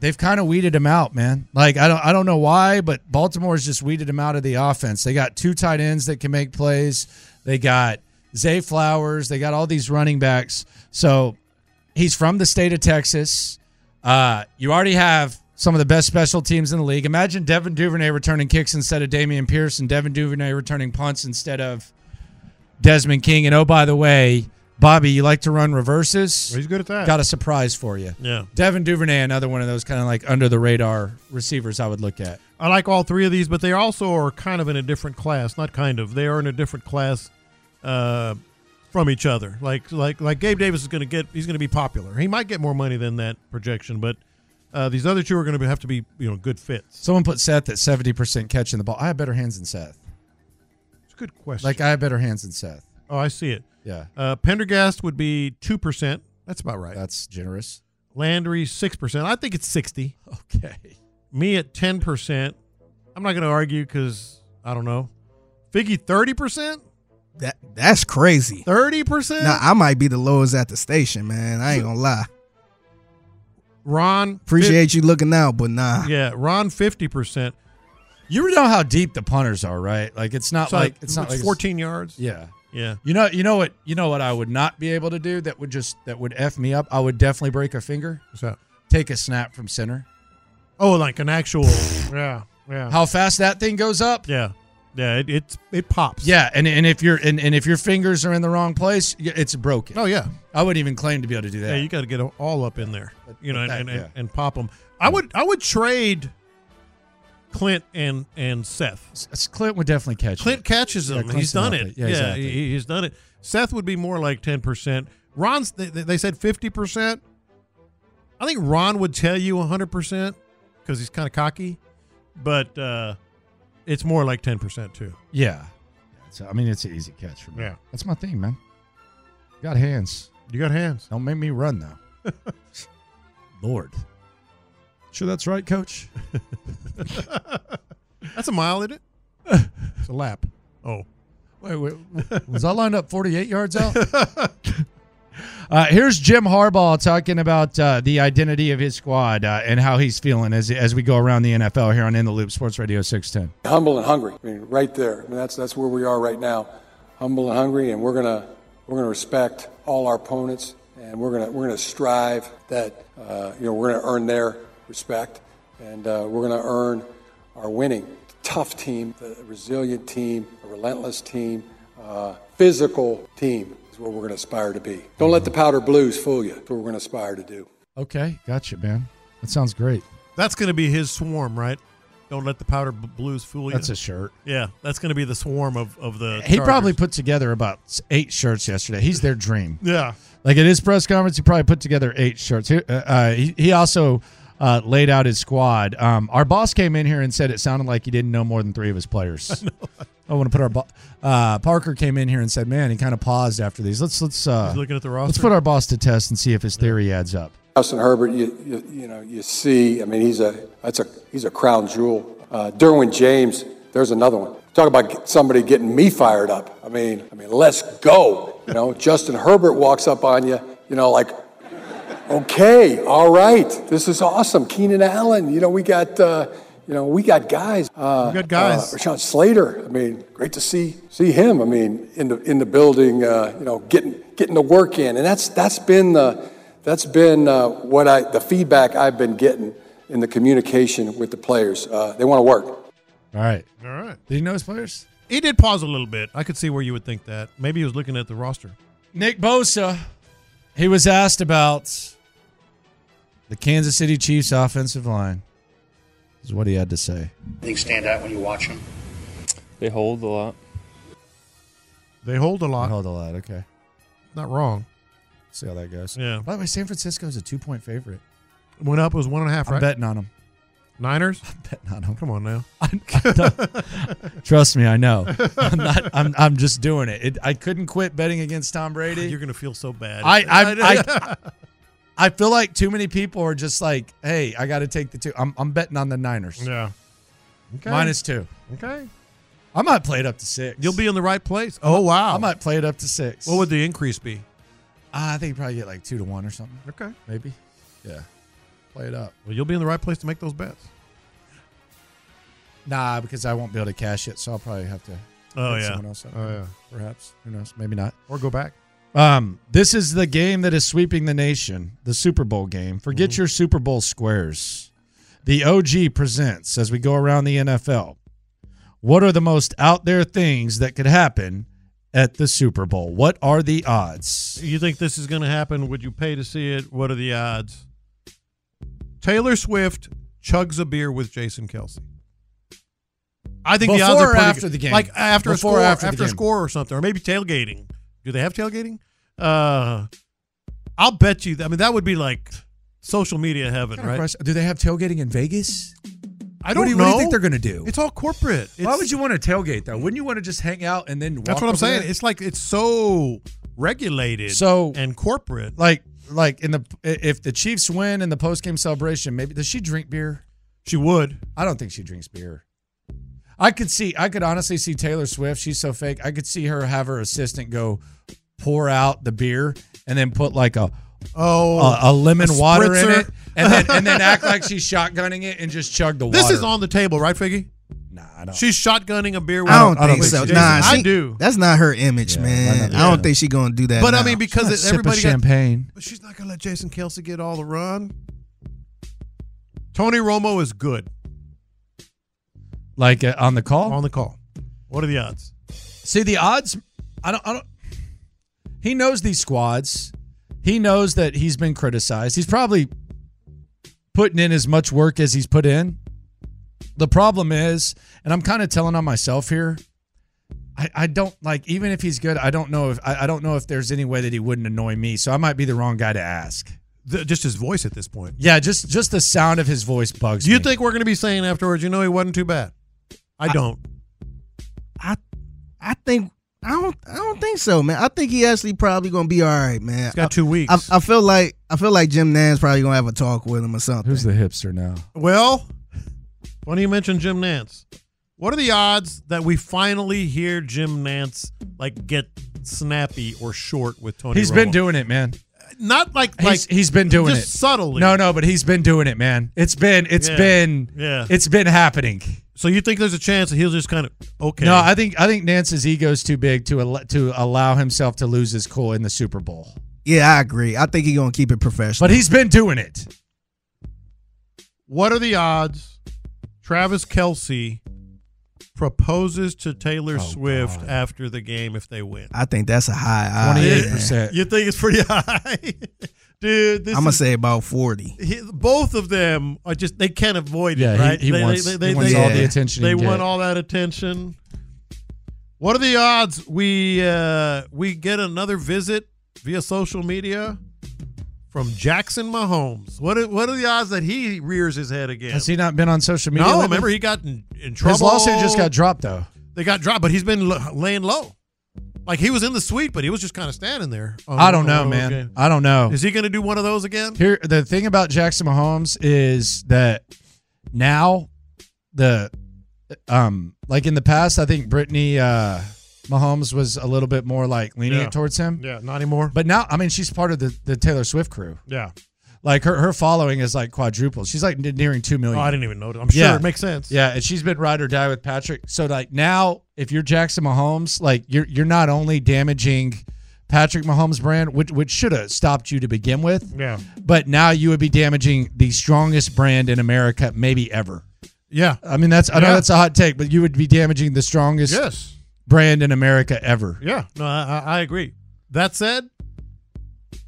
[SPEAKER 4] They've kind of weeded him out, man. Like I don't, I don't know why, but Baltimore's just weeded him out of the offense. They got two tight ends that can make plays. They got Zay Flowers. They got all these running backs. So he's from the state of Texas. Uh, you already have some of the best special teams in the league. Imagine Devin Duvernay returning kicks instead of Damian Pierce, and Devin Duvernay returning punts instead of Desmond King. And oh, by the way, Bobby, you like to run reverses?
[SPEAKER 7] He's good at that.
[SPEAKER 4] Got a surprise for you.
[SPEAKER 7] Yeah.
[SPEAKER 4] Devin Duvernay, another one of those kind of like under the radar receivers I would look at.
[SPEAKER 7] I like all three of these, but they also are kind of in a different class. Not kind of. They are in a different class uh, from each other. Like like like Gabe Davis is going to get. He's going to be popular. He might get more money than that projection, but uh, these other two are going to have to be you know good fits.
[SPEAKER 4] Someone put Seth at 70% catching the ball. I have better hands than Seth.
[SPEAKER 7] It's a good question.
[SPEAKER 4] Like, I have better hands than Seth.
[SPEAKER 7] Oh, I see it.
[SPEAKER 4] Yeah.
[SPEAKER 7] Uh, Pendergast would be two percent. That's about right.
[SPEAKER 4] That's generous.
[SPEAKER 7] Landry six percent. I think it's sixty.
[SPEAKER 4] Okay.
[SPEAKER 7] Me at ten percent. I'm not going to argue because I don't know. Figgy thirty percent.
[SPEAKER 8] That that's crazy.
[SPEAKER 7] Thirty percent.
[SPEAKER 8] Now I might be the lowest at the station, man. I ain't gonna lie.
[SPEAKER 7] Ron
[SPEAKER 8] Appreciate you looking out, but nah.
[SPEAKER 7] Yeah, Ron fifty percent.
[SPEAKER 4] You know how deep the punters are, right? Like it's not
[SPEAKER 7] It's
[SPEAKER 4] like,
[SPEAKER 7] like-
[SPEAKER 4] it's not
[SPEAKER 7] it's
[SPEAKER 4] like
[SPEAKER 7] 14 yards.
[SPEAKER 4] Yeah.
[SPEAKER 7] Yeah.
[SPEAKER 4] You know you know what you know what I would not be able to do that would just that would F me up. I would definitely break a finger.
[SPEAKER 7] What's that?
[SPEAKER 4] Take a snap from center.
[SPEAKER 7] Oh, like an actual. yeah. Yeah.
[SPEAKER 4] How fast that thing goes up?
[SPEAKER 7] Yeah. Yeah, it it, it pops.
[SPEAKER 4] Yeah, and, and if you and, and if your fingers are in the wrong place, y- it's broken.
[SPEAKER 7] Oh, yeah.
[SPEAKER 4] I wouldn't even claim to be able to do that.
[SPEAKER 7] Yeah, you got to get 'em all up in there, you know,
[SPEAKER 4] but that-
[SPEAKER 7] and, and,
[SPEAKER 4] yeah.
[SPEAKER 7] and pop them. I would I would trade Clint and and Seth.
[SPEAKER 4] S- Clint would definitely catch.
[SPEAKER 7] Clint catches
[SPEAKER 4] Yeah,
[SPEAKER 7] them.
[SPEAKER 4] Clint's
[SPEAKER 7] he's done
[SPEAKER 4] an
[SPEAKER 7] it.
[SPEAKER 4] athlete. Yeah,
[SPEAKER 7] Yeah,
[SPEAKER 4] he's an athlete.
[SPEAKER 7] he, he's done it. Seth would be more like ten percent. Ron's they, they they said fifty percent. I think Ron would tell you hundred percent because he's kind of cocky, but uh, it's more like ten percent too.
[SPEAKER 4] Yeah. So, I mean, it's an easy catch for me.
[SPEAKER 7] Yeah.
[SPEAKER 4] That's my thing, man. Got hands.
[SPEAKER 7] You got hands.
[SPEAKER 4] Don't make me run though. Lord. Sure, that's right, Coach.
[SPEAKER 7] That's a mile, isn't it? it's a lap. Oh,
[SPEAKER 4] Wait, wait, was I lined up 48 yards out? Uh, here's Jim Harbaugh talking about uh, the identity of his squad uh, and how he's feeling as, as we go around the NFL here on In the Loop Sports Radio 610.
[SPEAKER 10] humble and hungry. I mean, right there. I mean, that's that's where we are right now, humble and hungry, and we're gonna we're gonna respect all our opponents, and we're gonna we're gonna strive that uh, you know we're gonna earn their respect, and uh, we're gonna earn our winning. Tough team, a resilient team, a relentless team, uh, physical team is what we're gonna aspire to be. Don't let the powder blues fool you. That's what we're gonna aspire to do.
[SPEAKER 4] Okay, gotcha, man. That sounds great.
[SPEAKER 7] That's going to be his swarm, right? Don't let the powder b- blues fool you.
[SPEAKER 4] That's a shirt.
[SPEAKER 7] Yeah, that's going to be the swarm of, of the.
[SPEAKER 4] He
[SPEAKER 7] Chargers.
[SPEAKER 4] probably put together about s- eight shirts yesterday. He's their dream.
[SPEAKER 7] Yeah.
[SPEAKER 4] Like at his press conference, he probably put together eight shirts. He, uh, uh, he, he also uh, laid out his squad. Um, our boss came in here and said it sounded like he didn't know more than three of his players. I, want to put our bo- uh, Parker came in here and said, "Man, he kind of paused after these. Let's let's uh,
[SPEAKER 7] He's looking at the
[SPEAKER 4] let's
[SPEAKER 7] roster.
[SPEAKER 4] put our boss to test and see if his theory adds up."
[SPEAKER 10] Justin Herbert, you, you, you know, you see, I mean, he's a that's a he's a crown jewel. Uh, Derwin James, there's another one. Talk about somebody getting me fired up. I mean, I mean, let's go. You know, Justin Herbert walks up on you, you know, like, okay, all right, this is awesome. Keenan Allen, you know, we got, uh, you know, we got guys. Uh,
[SPEAKER 7] We got guys.
[SPEAKER 10] Uh, Rashawn Slater. I mean, great to see see him. I mean, in the in the building, uh, you know, getting getting the work in, and that's that's been the that's been uh, what I, the feedback I've been getting in the communication with the players. Uh, they want to work.
[SPEAKER 4] All right.
[SPEAKER 7] All right.
[SPEAKER 4] Did he know his players?
[SPEAKER 7] He did pause a little bit. I could see where you would think that. Maybe he was looking at the roster.
[SPEAKER 4] Nick Bosa, he was asked about the Kansas City Chiefs offensive line. This is what he had to say.
[SPEAKER 11] Things stand out when you watch them.
[SPEAKER 12] They hold a lot.
[SPEAKER 7] They hold a lot.
[SPEAKER 4] Hold a lot. Okay.
[SPEAKER 7] Not wrong.
[SPEAKER 4] See how that goes.
[SPEAKER 7] Yeah.
[SPEAKER 4] By the way, San Francisco is a two point favorite.
[SPEAKER 7] Went up. It was one and a half.
[SPEAKER 4] I'm
[SPEAKER 7] right?
[SPEAKER 4] betting on them.
[SPEAKER 7] Niners? bet not. Come on now.
[SPEAKER 4] Trust me, I know. I'm not. I'm. I'm just doing it. it I couldn't quit betting against Tom Brady.
[SPEAKER 7] You're gonna feel so bad.
[SPEAKER 4] I. I. I, I feel like too many people are just like, "Hey, I got to take the two. I'm, I'm betting on the Niners.
[SPEAKER 7] Yeah,
[SPEAKER 4] minus two.
[SPEAKER 7] Okay.
[SPEAKER 4] I might play it up to six.
[SPEAKER 7] You'll be in the right place.
[SPEAKER 4] Oh wow! I might play it up to six.
[SPEAKER 7] What would the increase be?
[SPEAKER 4] Uh, I think you probably get like two to one or something.
[SPEAKER 7] Okay.
[SPEAKER 4] Maybe. Yeah. Play it up.
[SPEAKER 7] Well, you'll be in the right place to make those bets.
[SPEAKER 4] Nah, because I won't be able to cash it, so I'll probably have to.
[SPEAKER 7] Oh,
[SPEAKER 4] hit
[SPEAKER 7] yeah.
[SPEAKER 4] Someone else up.
[SPEAKER 7] Oh, yeah.
[SPEAKER 4] Perhaps. Who knows? Maybe not.
[SPEAKER 7] Or go back.
[SPEAKER 4] Um, this is the game that is sweeping the nation, the Super Bowl game. Forget
[SPEAKER 7] Mhm.
[SPEAKER 4] your Super Bowl squares. The OG presents as we go around the NFL. What are the most out there things that could happen at the Super Bowl? What are the odds?
[SPEAKER 7] You think this is going to happen? Would you pay to see it? What are the odds? Taylor Swift chugs a beer with Jason Kelsey. I think the odds
[SPEAKER 4] Before
[SPEAKER 7] are
[SPEAKER 4] or
[SPEAKER 7] pretty
[SPEAKER 4] after
[SPEAKER 7] good.
[SPEAKER 4] the game?
[SPEAKER 7] like after
[SPEAKER 4] Before
[SPEAKER 7] a
[SPEAKER 4] or
[SPEAKER 7] score,
[SPEAKER 4] after
[SPEAKER 7] after,
[SPEAKER 4] the
[SPEAKER 7] a
[SPEAKER 4] game?
[SPEAKER 7] score or something, or maybe tailgating. Do they have tailgating? Uh, I'll bet you. I mean, that would be like social media heaven,
[SPEAKER 4] Kind of
[SPEAKER 7] right?
[SPEAKER 4] question. Do they have tailgating in Vegas?
[SPEAKER 7] I don't
[SPEAKER 4] what do you,
[SPEAKER 7] know.
[SPEAKER 4] What do you think they're going to do?
[SPEAKER 7] It's all corporate.
[SPEAKER 4] Why would you want to tailgate though? Wouldn't you want to just hang out and then? Walk
[SPEAKER 7] That's what I'm
[SPEAKER 4] over
[SPEAKER 7] saying.
[SPEAKER 4] there?
[SPEAKER 7] It's like it's so regulated,
[SPEAKER 4] So-
[SPEAKER 7] and corporate.
[SPEAKER 4] like like in the if the Chiefs win in the post game celebration, maybe does she drink beer?
[SPEAKER 7] She would.
[SPEAKER 4] I don't think she drinks beer. I could see. I could honestly see Taylor Swift. She's so fake. I could see her have her assistant go pour out the beer and then put like a
[SPEAKER 7] Oh,
[SPEAKER 4] a, a lemon
[SPEAKER 7] a
[SPEAKER 4] water in
[SPEAKER 7] spritzer.
[SPEAKER 4] it, and then and then act like she's shotgunning it and just chug the water.
[SPEAKER 7] This is on the table, right, Figgy?
[SPEAKER 4] Nah, I don't.
[SPEAKER 7] She's shotgunning a beer. With
[SPEAKER 8] I don't, think
[SPEAKER 7] with
[SPEAKER 8] so.
[SPEAKER 7] Jason.
[SPEAKER 8] Nah,
[SPEAKER 7] I
[SPEAKER 8] she-
[SPEAKER 7] do.
[SPEAKER 8] That's not her image, man. I don't think she gonna do that.
[SPEAKER 7] But I
[SPEAKER 8] now.
[SPEAKER 7] mean, because
[SPEAKER 8] She's
[SPEAKER 7] it,
[SPEAKER 8] not sipping
[SPEAKER 7] everybody got-
[SPEAKER 4] champagne.
[SPEAKER 7] but she's not gonna let Jason Kelsey get all the run. Tony Romo is good
[SPEAKER 4] like uh, on the call.
[SPEAKER 7] on the call. What are the odds?
[SPEAKER 4] See the odds. I don't. I don't. He knows these squads. He knows that he's been criticized. He's probably putting in as much work as he's put in. The problem is, and I'm kind of telling on myself here. I, I don't like even if he's good. I don't know if I, I don't know if there's any way that he wouldn't annoy me. So I might be the wrong guy to ask.
[SPEAKER 7] The, just his voice at this point.
[SPEAKER 4] Yeah, just just the sound of his voice bugs
[SPEAKER 7] Do you
[SPEAKER 4] me.
[SPEAKER 7] think we're gonna be saying afterwards? You know, he wasn't too bad. I don't.
[SPEAKER 8] I think I don't I don't think so, man. I think he actually probably gonna be all right, man.
[SPEAKER 7] He's got two weeks.
[SPEAKER 8] I, I feel like I feel like Jim Nance probably gonna have a talk with him or something.
[SPEAKER 4] Who's the hipster now?
[SPEAKER 7] Well, funny you mentioned Jim Nance. What are the odds that we finally hear Jim Nance like get snappy or short with Tony?
[SPEAKER 4] He's
[SPEAKER 7] Romo?
[SPEAKER 4] been doing it, man.
[SPEAKER 7] not like like
[SPEAKER 4] he's, he's been doing
[SPEAKER 7] just
[SPEAKER 4] it
[SPEAKER 7] subtly.
[SPEAKER 4] No, no, but he's been doing it, man. It's been it's
[SPEAKER 7] Yeah.
[SPEAKER 4] been
[SPEAKER 7] Yeah.
[SPEAKER 4] it's been happening.
[SPEAKER 7] So you think there's a chance that he'll just kind of okay?
[SPEAKER 4] No, I think I think Nance's ego's too big to al- to allow himself to lose his cool in the Super Bowl.
[SPEAKER 8] Yeah, I agree. I think he gonna keep it professional.
[SPEAKER 4] But he's been doing it.
[SPEAKER 7] what are the odds? Travis Kelsey proposes to Taylor
[SPEAKER 8] Oh,
[SPEAKER 7] Swift after the game if they win.
[SPEAKER 8] I think that's a high odds.
[SPEAKER 4] 28%.
[SPEAKER 7] You think it's pretty high, dude? This
[SPEAKER 8] I'm gonna
[SPEAKER 7] is-
[SPEAKER 8] say about forty.
[SPEAKER 7] he, both of them are just they can't avoid
[SPEAKER 4] Yeah,
[SPEAKER 7] it.
[SPEAKER 4] he-
[SPEAKER 7] Right?
[SPEAKER 4] he
[SPEAKER 7] they,
[SPEAKER 4] wants- he wants
[SPEAKER 8] all the
[SPEAKER 4] attention he
[SPEAKER 7] They
[SPEAKER 4] can
[SPEAKER 7] want
[SPEAKER 4] get.
[SPEAKER 7] all that attention. What are the odds we uh, we get another visit via social media from Jackson Mahomes? What are, what are the odds that he rears his head again?
[SPEAKER 4] Has he not been on social media?
[SPEAKER 7] no,
[SPEAKER 4] lately?
[SPEAKER 7] remember he got in, in trouble.
[SPEAKER 4] his lawsuit just got dropped though.
[SPEAKER 7] They got dropped, but he's been l- laying low. Like he was in the suite, but he was just kind of standing there. on
[SPEAKER 4] I don't
[SPEAKER 7] one of
[SPEAKER 4] know,
[SPEAKER 7] those
[SPEAKER 4] man.
[SPEAKER 7] games.
[SPEAKER 4] I don't know.
[SPEAKER 7] Oh, Is he going to do one of those again?
[SPEAKER 4] Here, the thing about Jackson Mahomes is that now the um like in the past, I think Brittany uh, Mahomes was a little bit more like lenient
[SPEAKER 7] Yeah.
[SPEAKER 4] towards him.
[SPEAKER 7] Yeah, not anymore.
[SPEAKER 4] But now, I mean, she's part of the, the Taylor Swift crew.
[SPEAKER 7] Yeah.
[SPEAKER 4] Like her her following is like quadruple. She's like nearing two million.
[SPEAKER 7] Oh, I didn't even notice. I'm sure
[SPEAKER 4] Yeah.
[SPEAKER 7] it makes sense.
[SPEAKER 4] Yeah, and she's been ride or die with Patrick. So like now, if you're Jackson Mahomes, like you're you're not only damaging Patrick Mahomes' brand, which which should have stopped you to begin with,
[SPEAKER 7] Yeah.
[SPEAKER 4] but now you would be damaging the strongest brand in America, maybe ever.
[SPEAKER 7] Yeah.
[SPEAKER 4] I mean, that's I know
[SPEAKER 7] Yeah.
[SPEAKER 4] that's a hot take, but you would be damaging the strongest
[SPEAKER 7] Yes.
[SPEAKER 4] brand in America ever.
[SPEAKER 7] Yeah. No, I, I I agree. That said,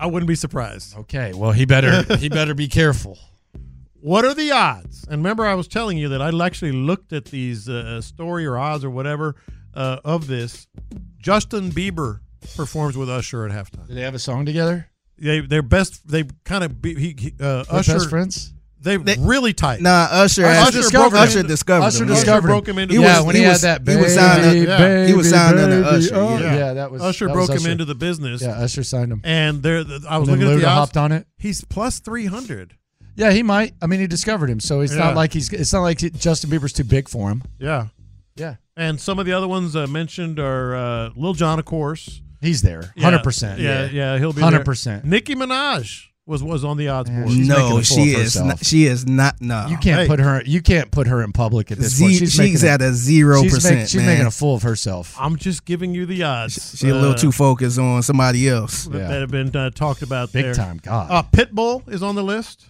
[SPEAKER 7] I wouldn't be surprised.
[SPEAKER 4] Okay, well he better he better be careful.
[SPEAKER 7] What are the odds? And remember, I was telling you that I actually looked at these uh, story or odds or whatever uh, of this. Justin Bieber performs with Usher at halftime.
[SPEAKER 4] Do they have a song together?
[SPEAKER 7] They, they're best. They kind of be, he, he, uh,
[SPEAKER 4] They're
[SPEAKER 7] Usher.
[SPEAKER 4] best friends.
[SPEAKER 7] They really tight.
[SPEAKER 8] Nah, Usher.
[SPEAKER 7] Uh, Usher
[SPEAKER 8] actually-
[SPEAKER 7] discovered him.
[SPEAKER 8] Usher discovered.
[SPEAKER 7] Usher
[SPEAKER 8] him.
[SPEAKER 7] discovered him. Broke him into the-
[SPEAKER 4] yeah, when he,
[SPEAKER 8] was-
[SPEAKER 4] had that
[SPEAKER 8] he
[SPEAKER 4] baby,
[SPEAKER 8] was signed. under- he was signed under Usher.
[SPEAKER 7] oh,
[SPEAKER 8] yeah.
[SPEAKER 4] that was-
[SPEAKER 7] Usher
[SPEAKER 4] that was
[SPEAKER 7] broke him
[SPEAKER 4] Usher.
[SPEAKER 7] into the business.
[SPEAKER 4] Yeah, Usher signed him.
[SPEAKER 7] And there, the, I was
[SPEAKER 4] And then
[SPEAKER 7] looking at the
[SPEAKER 4] Luda
[SPEAKER 7] odds.
[SPEAKER 4] hopped on it.
[SPEAKER 7] He's plus three hundred.
[SPEAKER 4] Yeah, he might. I mean, he discovered him, so it's
[SPEAKER 7] Yeah.
[SPEAKER 4] not like he's. It's not like Justin Bieber's too big for him.
[SPEAKER 7] Yeah,
[SPEAKER 4] yeah.
[SPEAKER 7] And some of the other ones uh, mentioned are uh, Lil Jon, of course.
[SPEAKER 4] He's there,
[SPEAKER 7] Yeah,
[SPEAKER 4] 100%,
[SPEAKER 7] Yeah, yeah,
[SPEAKER 4] yeah.
[SPEAKER 7] he'll be
[SPEAKER 4] 100%.
[SPEAKER 7] there. Nicki Minaj was was on the odds board.
[SPEAKER 8] no, she is. Not, she is not. No,
[SPEAKER 4] You can't put her. You can't put her in public at this
[SPEAKER 8] Z-
[SPEAKER 4] point. She's,
[SPEAKER 8] she's
[SPEAKER 4] making
[SPEAKER 8] at a zero
[SPEAKER 4] she's
[SPEAKER 8] percent,
[SPEAKER 4] make- She's
[SPEAKER 8] man.
[SPEAKER 4] making a fool of herself.
[SPEAKER 7] I'm just giving you the odds.
[SPEAKER 8] She a
[SPEAKER 7] uh,
[SPEAKER 8] little too focused on somebody else.
[SPEAKER 7] that that have been uh, talked about
[SPEAKER 4] Big
[SPEAKER 7] there.
[SPEAKER 4] time, God.
[SPEAKER 7] Uh, Pitbull is on the list.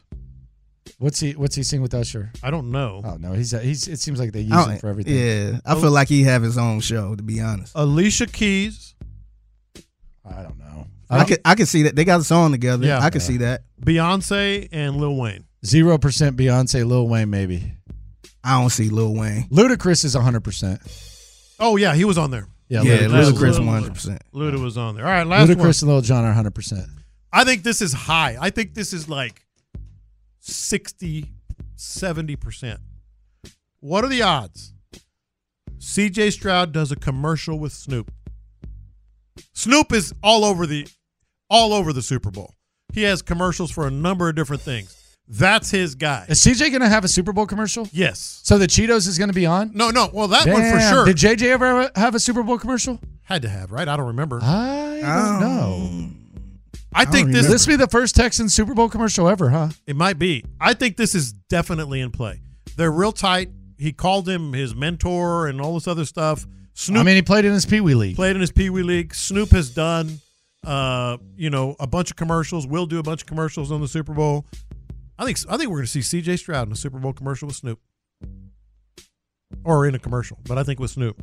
[SPEAKER 4] What's he? What's he sing with Usher?
[SPEAKER 7] I don't know. Oh.
[SPEAKER 4] Oh no, he's he's. It seems like they
[SPEAKER 8] I
[SPEAKER 4] use
[SPEAKER 8] don't-
[SPEAKER 4] him for everything.
[SPEAKER 8] Yeah, I feel like he have his own show. To be honest,
[SPEAKER 7] Alicia Keys.
[SPEAKER 4] I don't know.
[SPEAKER 8] I could I could see that they got a song together.
[SPEAKER 7] Yeah.
[SPEAKER 8] I could
[SPEAKER 7] Yeah.
[SPEAKER 8] see that.
[SPEAKER 7] Beyonce and Lil Wayne.
[SPEAKER 4] Zero percent Beyonce, Lil Wayne, maybe.
[SPEAKER 8] I don't see Lil Wayne.
[SPEAKER 4] Ludacris is hundred percent.
[SPEAKER 7] Oh yeah, he was on there.
[SPEAKER 4] Yeah,
[SPEAKER 8] Yeah,
[SPEAKER 4] Ludacris.
[SPEAKER 8] Ludacris
[SPEAKER 4] Ludacris.
[SPEAKER 8] 100%.
[SPEAKER 7] Luda was on there. All right, last one.
[SPEAKER 4] Ludacris and Lil Jon are hundred percent.
[SPEAKER 7] I think this is high. I think this is like 60, 70%. What are the odds? CJ Stroud does a commercial with Snoop. Snoop is all over the all over the Super Bowl. He has commercials for a number of different things. That's his guy.
[SPEAKER 4] Is CJ going to have a Super Bowl commercial?
[SPEAKER 7] Yes.
[SPEAKER 4] So the Cheetos is going to be on?
[SPEAKER 7] No, no. Well, that one for
[SPEAKER 4] Damn.
[SPEAKER 7] sure.
[SPEAKER 4] Did JJ ever have a Super Bowl commercial?
[SPEAKER 7] Had to have, right? I don't remember.
[SPEAKER 4] I don't know.
[SPEAKER 7] I think this
[SPEAKER 4] this be the first Texans Super Bowl commercial ever, huh?
[SPEAKER 7] It might be. I think this is definitely in play. They're real tight. He called him his mentor and all this other stuff. Snoop
[SPEAKER 4] I mean, he played in his Pee Wee League.
[SPEAKER 7] played in his Pee Wee League. Snoop has done, uh, you know, a bunch of commercials. We'll do a bunch of commercials on the Super Bowl. I think I think we're going to see C.J. Stroud in a Super Bowl commercial with Snoop, or in a commercial. But I think with Snoop.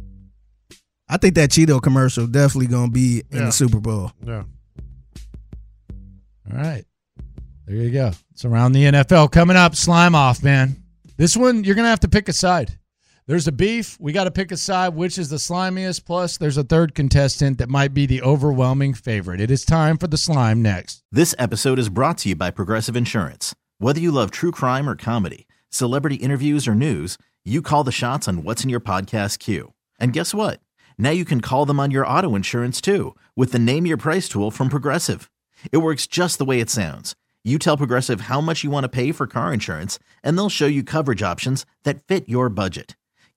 [SPEAKER 8] I think that Cheeto commercial definitely gonna be in
[SPEAKER 7] Yeah.
[SPEAKER 8] the Super Bowl.
[SPEAKER 7] Yeah.
[SPEAKER 4] All right. There you go. It's around the NFL. Coming up, slime off, man. This one, you're going to have to pick a side. There's a beef. We got to pick a side, which is the slimiest. Plus, there's a third contestant that might be the overwhelming favorite. It is time for the slime next.
[SPEAKER 13] This episode is brought to you by Progressive Insurance. Whether you love true crime or comedy, celebrity interviews or news, you call the shots on what's in your podcast queue. And guess what? Now you can call them on your auto insurance too with the Name Your Price tool from Progressive. It works just the way it sounds. You tell Progressive how much you want to pay for car insurance, and they'll show you coverage options that fit your budget.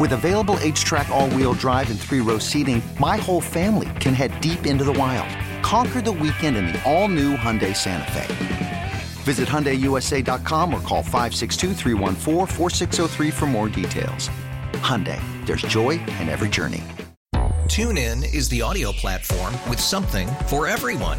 [SPEAKER 9] With available H track, all wheel drive, and three row seating, my whole family can head deep into the wild. Conquer the weekend in the all new Hyundai Santa Fe. Visit HyundaiUSA.com or call 562-314-4603 for more details. Hyundai, there's joy in every journey.
[SPEAKER 2] TuneIn is the audio platform with something for everyone.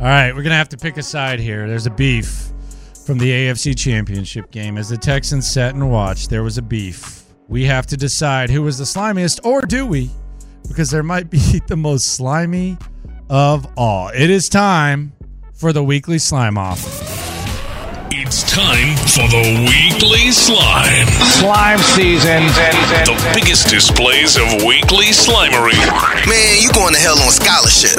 [SPEAKER 4] All right, we're going to have to pick a side here. There's a beef from the AFC Championship game. As the Texans sat and watched, there was a beef. We have to decide who was the slimiest, or do we? Because there might be the most slimy of all. It is time for the weekly slime off.
[SPEAKER 14] It's time for the weekly slime. Slime season. The biggest displays of weekly slimery. Man, you going to hell on scholarship.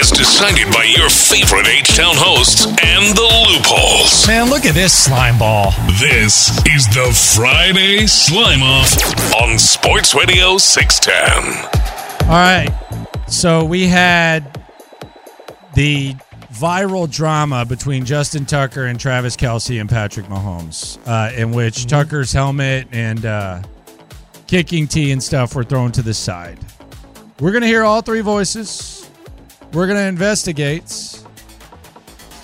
[SPEAKER 14] As decided by your favorite H Town hosts and the loopholes.
[SPEAKER 4] Man, look at this slime ball.
[SPEAKER 14] This is the Friday Slime Off on Sports Radio 610.
[SPEAKER 4] All right. So we had the viral drama between Justin Tucker and Travis Kelsey and Patrick Mahomes, uh, in which Tucker's helmet and uh, kicking tee and stuff were thrown to the side. We're going to hear all three voices. We're going to investigate.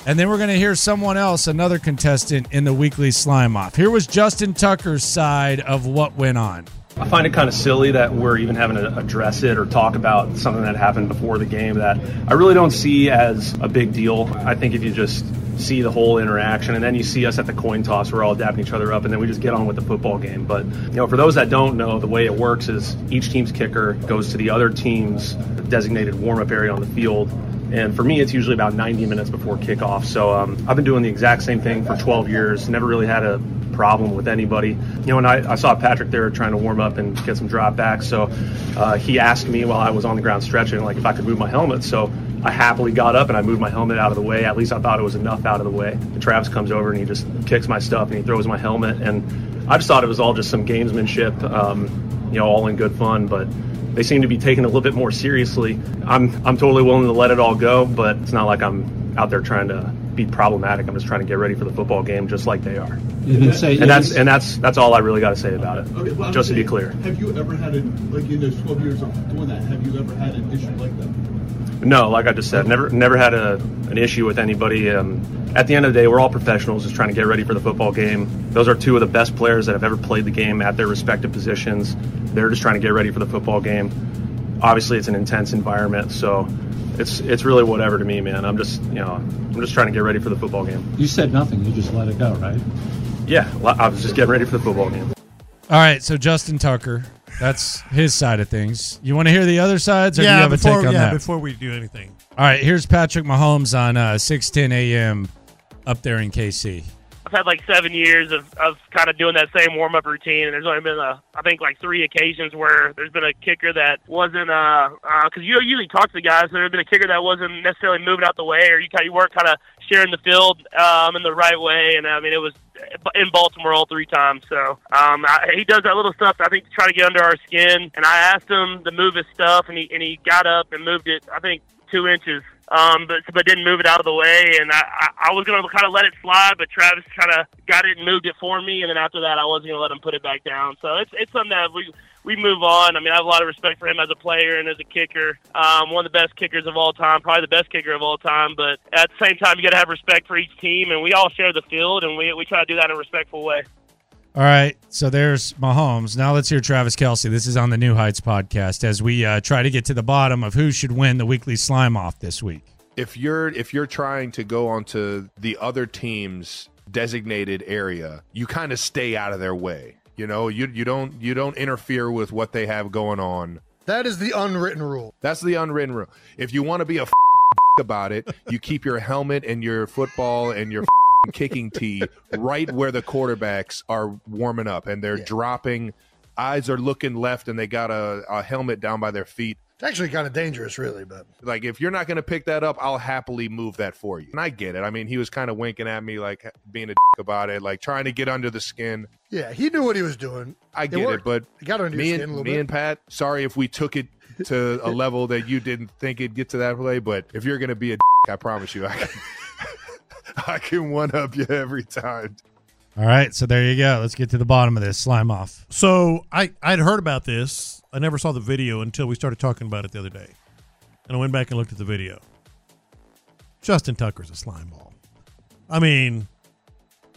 [SPEAKER 4] And then we're going to hear someone else, another contestant in the weekly slime off. Here was Justin Tucker's side of what went on.
[SPEAKER 15] I find it kind of silly that we're even having to address it or talk about something that happened before the game that I really don't see as a big deal. I think if you just see the whole interaction and then you see us at the coin toss, we're all dapping each other up and then we just get on with the football game. But, you know, for those that don't know, the way it works is each team's kicker goes to the other team's designated warm up area on the field. And for me, it's usually about 90 minutes before kickoff. So um, I've been doing the exact same thing for 12 years, never really had a problem with anybody. You know, and I, I saw Patrick there trying to warm up and get some drop back. So uh, he asked me while I was on the ground stretching, like if I could move my helmet. So I happily got up and I moved my helmet out of the way. At least I thought it was enough out of the way. And Travis comes over and he just kicks my stuff and he throws my helmet. And I just thought it was all just some gamesmanship, um, you know, all in good fun. But they seem to be taken a little bit more seriously. I'm I'm totally willing to let it all go, but it's not like I'm out there trying to be problematic. I'm just trying to get ready for the football game, just like they are.
[SPEAKER 16] You didn't say- you
[SPEAKER 15] and that's
[SPEAKER 16] didn't-
[SPEAKER 15] and that's that's all I really got to say about it.
[SPEAKER 16] Okay, well, I'm
[SPEAKER 15] just to be
[SPEAKER 16] saying,
[SPEAKER 15] clear.
[SPEAKER 16] Have you ever had, an, like, in those 12 years of doing that, have you ever had an issue like that?
[SPEAKER 15] No, like I just said, never never had a, an issue with anybody. Um, at the end of the day, we're all professionals just trying to get ready for the football game. Those are two of the best players that have ever played the game at their respective positions. They're just trying to get ready for the football game. Obviously, it's an intense environment, so it's it's really whatever to me, man. I'm just you know I'm just trying to get ready for the football game.
[SPEAKER 16] You said nothing. You just let it go, right?
[SPEAKER 15] Yeah, li- I was just getting ready for the football game.
[SPEAKER 4] All right, so Justin Tucker, that's his side of things. You want to hear the other sides, or do
[SPEAKER 7] yeah,
[SPEAKER 4] you have
[SPEAKER 7] before,
[SPEAKER 4] a take on
[SPEAKER 7] yeah,
[SPEAKER 4] that?
[SPEAKER 7] before we do anything.
[SPEAKER 4] All right, here's Patrick Mahomes on uh, six ten a.m. up there in KC.
[SPEAKER 17] I've had like seven years of, of kind of doing that same warm up routine, and there's only been a, I think like three occasions where there's been a kicker that wasn't uh because you usually talk to the guys, and there's been a kicker that wasn't necessarily moving out the way, or you kind you weren't kind of sharing the field um in the right way, and I mean it was in Baltimore all three times. So um I, he does that little stuff I think to try to get under our skin, and I asked him to move his stuff, and he and he got up and moved it. I think two inches, um, but but didn't move it out of the way. And I, I, I was gonna kind of let it slide, but Travis kind of got it and moved it for me. And then after that, I wasn't gonna let him put it back down. So it's it's something that we we move on. I mean, I have a lot of respect for him as a player and as a kicker. Um, one of the best kickers of all time, probably the best kicker of all time. But at the same time, you got to have respect for each team, and we all share the field, and we we try to do that in a respectful way.
[SPEAKER 4] All right, so there's Mahomes. Now let's hear Travis Kelsey. This is on the New Heights podcast as we uh, try to get to the bottom of who should win the weekly slime off this week.
[SPEAKER 18] if you're if you're trying to go onto the other team's designated area, you kind of stay out of their way. You know, you you don't you don't interfere with what they have going on.
[SPEAKER 19] That is the unwritten rule.
[SPEAKER 18] That's the unwritten rule. If you want to be a about it, you keep your helmet and your football and your kicking tee right where the quarterbacks are warming up and they're dropping. Eyes are looking left and they got a, a helmet down by their feet.
[SPEAKER 19] It's actually kind of dangerous, really, but
[SPEAKER 18] Like, if you're not going to pick that up, I'll happily move that for you. And I get it. I mean, he was kind of winking at me, like being a dick about it, like trying to get under the skin.
[SPEAKER 19] yeah, he knew what he was doing.
[SPEAKER 18] I get it,
[SPEAKER 19] worked.
[SPEAKER 18] but
[SPEAKER 19] It got under your
[SPEAKER 18] me,
[SPEAKER 19] skin a
[SPEAKER 18] and,
[SPEAKER 19] little
[SPEAKER 18] me
[SPEAKER 19] bit.
[SPEAKER 18] and Pat, sorry if we took it to a level that you didn't think it'd get to that play, but if you're going to be a dick, I promise you, I can, I can one up you every time.
[SPEAKER 4] All right, so there you go. Let's get to the bottom of this slime off.
[SPEAKER 7] So I I'd heard about this. I never saw the video until we started talking about it the other day, and I went back and looked at the video. Justin Tucker's a slime ball. I mean,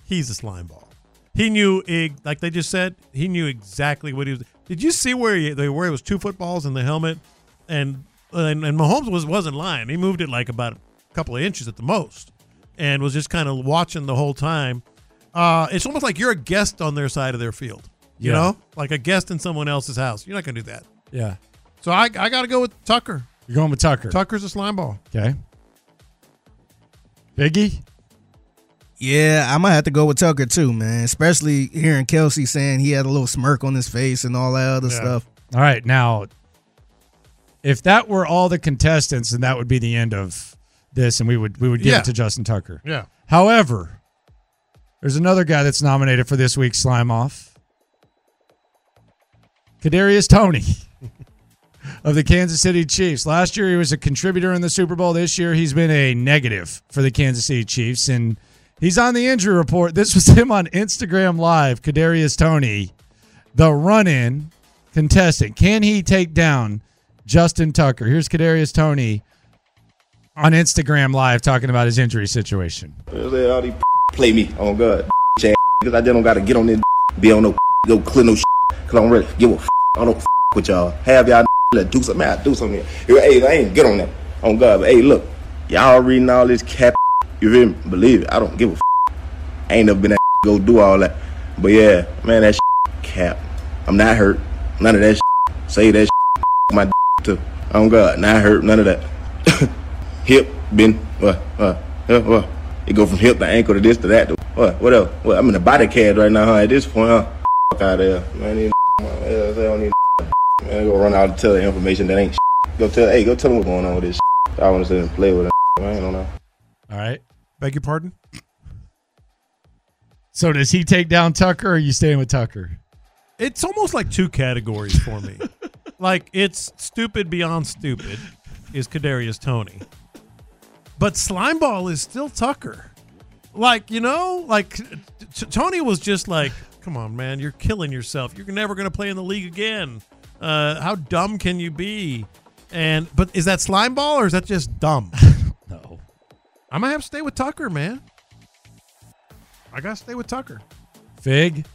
[SPEAKER 7] he's a slime ball. He knew, eg- like they just said, he knew exactly what he was. Did you see where he, they where it was two footballs in the helmet, and and, and Mahomes was wasn't lying. He moved it like about a couple of inches at the most, and was just kind of watching the whole time. Uh, it's almost like you're a guest on their side of their field. You
[SPEAKER 4] Yeah.
[SPEAKER 7] know, like a guest in someone else's house. You're not going to do that.
[SPEAKER 4] Yeah.
[SPEAKER 7] So I I got to go with Tucker.
[SPEAKER 4] You're going with Tucker.
[SPEAKER 7] Tucker's a slime ball.
[SPEAKER 4] Okay. Biggie?
[SPEAKER 8] Yeah, I might have to go with Tucker too, man. Especially hearing Kelsey saying he had a little smirk on his face and all that other
[SPEAKER 4] Yeah.
[SPEAKER 8] stuff.
[SPEAKER 4] All right, now, if that were all the contestants, then that would be the end of this, and we would we would give
[SPEAKER 7] Yeah.
[SPEAKER 4] it to Justin Tucker.
[SPEAKER 7] Yeah.
[SPEAKER 4] However, there's another guy that's nominated for this week's slime off. Kadarius Tony of the Kansas City Chiefs. Last year he was a contributor in the Super Bowl. This year he's been a negative for the Kansas City Chiefs, and he's on the injury report. This was him on Instagram Live. Kadarius Tony, the run-in contestant. Can he take down Justin Tucker? Here's Kadarius Tony on Instagram Live talking about his injury situation.
[SPEAKER 3] All these play me. Oh God, ass. Cause I don't gotta get on this. Be on no. Go clear no. Cause I don't really give a. I don't with y'all. Have y'all let do something. Man, I do something. Hey, I ain't get on that. On God, but hey, look, y'all reading all this cap. You feel me? Believe it. I don't give a. I ain't never been that. Go do all that. But yeah, man, that cap. I'm not hurt. None of that. Say that. My too. On God, not hurt. None of that. hip, bend, what, what, what, what. It go from hip to ankle to this to that to what, what else? What, I'm in a body cast right now, huh? At this point, huh? Fuck out of here. Man, these I don't need man, go run out and tell the information that ain't Go tell, hey, go tell them what's going on with this I want to sit and play with it. I don't know.
[SPEAKER 4] All right.
[SPEAKER 7] Beg your pardon?
[SPEAKER 4] So does he take down Tucker or are you staying with Tucker?
[SPEAKER 7] It's almost like two categories for me. like it's stupid beyond stupid is Kadarius Tony, but Slimeball is still Tucker. Like you know, like t- t- Tony was just like, "Come on, man, you're killing yourself. You're never going to play in the league again. Uh, how dumb can you be?" And but is that Slimeball or is that just dumb?
[SPEAKER 4] no,
[SPEAKER 7] I might have to stay with Tucker, man. I gotta stay with Tucker.
[SPEAKER 4] Fig.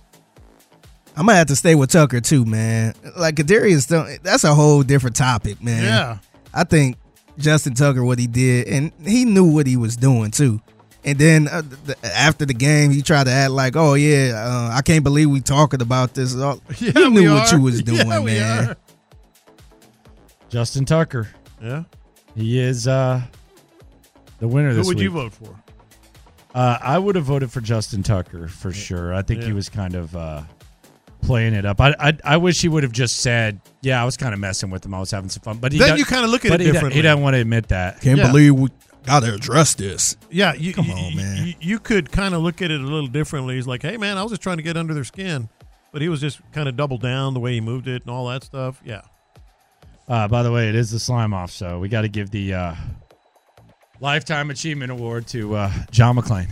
[SPEAKER 8] I'm gonna have to stay with Tucker too, man. Like Kadarius, don't- that's a whole different topic, man.
[SPEAKER 7] Yeah.
[SPEAKER 8] I think Justin Tucker what he did, and he knew what he was doing too. And then uh, th- after the game, he tried to act like, "Oh yeah, uh, I can't believe we talking about this." All
[SPEAKER 7] Yeah,
[SPEAKER 8] you
[SPEAKER 7] we
[SPEAKER 8] knew what
[SPEAKER 7] are.
[SPEAKER 8] you was doing,
[SPEAKER 7] Yeah, we
[SPEAKER 8] man.
[SPEAKER 7] are.
[SPEAKER 4] Justin Tucker.
[SPEAKER 7] Yeah.
[SPEAKER 4] He is uh the winner
[SPEAKER 7] Who
[SPEAKER 4] this
[SPEAKER 7] would you vote
[SPEAKER 4] week.
[SPEAKER 7] for?
[SPEAKER 4] Uh, I would have voted for Justin Tucker for sure. I think he
[SPEAKER 7] Yeah.
[SPEAKER 4] was kind of uh, playing it up. I, I I wish he would have just said, "Yeah, I was kind of messing with him. I was having some fun." But he
[SPEAKER 7] Then
[SPEAKER 4] don't-
[SPEAKER 7] you kinda look at
[SPEAKER 4] but
[SPEAKER 7] it
[SPEAKER 4] he don't-
[SPEAKER 7] differently.
[SPEAKER 4] He doesn't want to admit that.
[SPEAKER 8] Can't believe we gotta address this.
[SPEAKER 7] Yeah, you,
[SPEAKER 8] Come
[SPEAKER 7] you-
[SPEAKER 8] on,
[SPEAKER 7] you-
[SPEAKER 8] man.
[SPEAKER 7] You, you could kind of look at it a little differently. He's like, "Hey, man, I was just trying to get under their skin," but he was just kind of doubled down the way he moved it and all that stuff. Yeah,
[SPEAKER 4] Uh, by the way, it is the slime off, so we got to give the uh, lifetime achievement award to uh, John McClain.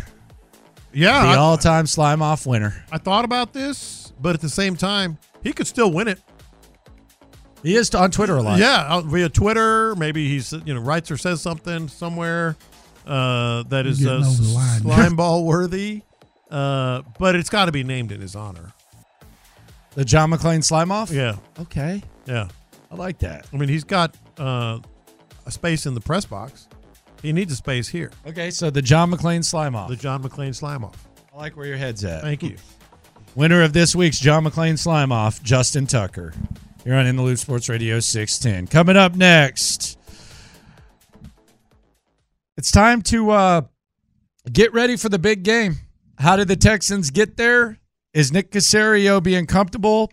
[SPEAKER 7] Yeah,
[SPEAKER 4] the
[SPEAKER 7] I-
[SPEAKER 4] all-time slime off winner.
[SPEAKER 7] I thought about this, but at the same time, he could still win it.
[SPEAKER 4] He is on Twitter a lot.
[SPEAKER 7] Yeah, out via Twitter. Maybe he's you know writes or says something somewhere uh, that
[SPEAKER 20] You're
[SPEAKER 7] is
[SPEAKER 20] getting
[SPEAKER 7] uh,
[SPEAKER 20] over the line.
[SPEAKER 7] slime ball worthy. Uh, but it's got to be named in his honor.
[SPEAKER 4] The John McClain slime off.
[SPEAKER 7] Yeah.
[SPEAKER 4] Okay.
[SPEAKER 7] Yeah,
[SPEAKER 4] I like that.
[SPEAKER 7] I mean, he's got uh, a space in the press box. He needs a space here.
[SPEAKER 4] Okay, so the John McClain slime off.
[SPEAKER 7] The John McClain slime off.
[SPEAKER 4] I like where your head's at.
[SPEAKER 7] Thank you.
[SPEAKER 4] Winner of this week's John McClain Slime Off, Justin Tucker. You're on In the Loop Sports Radio 610. Coming up next, it's time to uh, get ready for the big game. How did the Texans get there? Is Nick Casario being comfortable?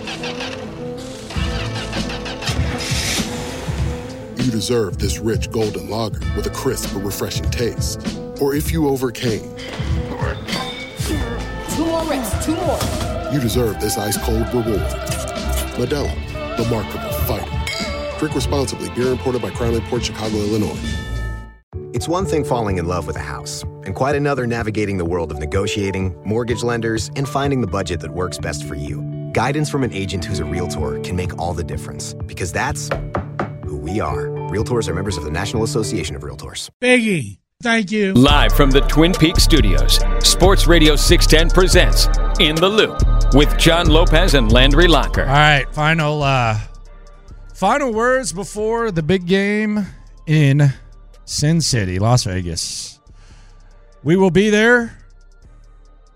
[SPEAKER 21] you deserve this rich golden lager with a crisp but refreshing taste. Or if you overcame,
[SPEAKER 1] Two more reps, two more.
[SPEAKER 21] you deserve this ice cold reward. Medella, the mark of a fighter. Drink responsibly. Beer imported by Crown Port Chicago, Illinois.
[SPEAKER 22] It's one thing falling in love with a house, and quite another navigating the world of negotiating, mortgage lenders, and finding the budget that works best for you. Guidance from an agent who's a realtor can make all the difference, because that's who we are. Realtors are members of the National Association of Realtors.
[SPEAKER 23] Biggie, thank you.
[SPEAKER 24] Live from the Twin Peaks studios, Sports Radio 610 presents In the Loop with John Lopez and Landry Locker.
[SPEAKER 4] All right, final uh final words before the big game in Sin City, Las Vegas. We will be there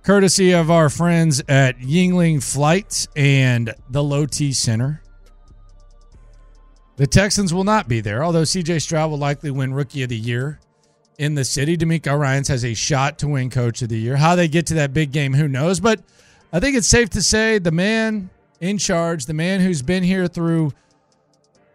[SPEAKER 4] courtesy of our friends at Yingling Flight and the Low T Center. The Texans will not be there, although CJ Stroud will likely win rookie of the year. in the city. D'Amico Ryans has a shot to win Coach of the Year. How they get to that big game, who knows? But I think it's safe to say the man in charge, the man who's been here through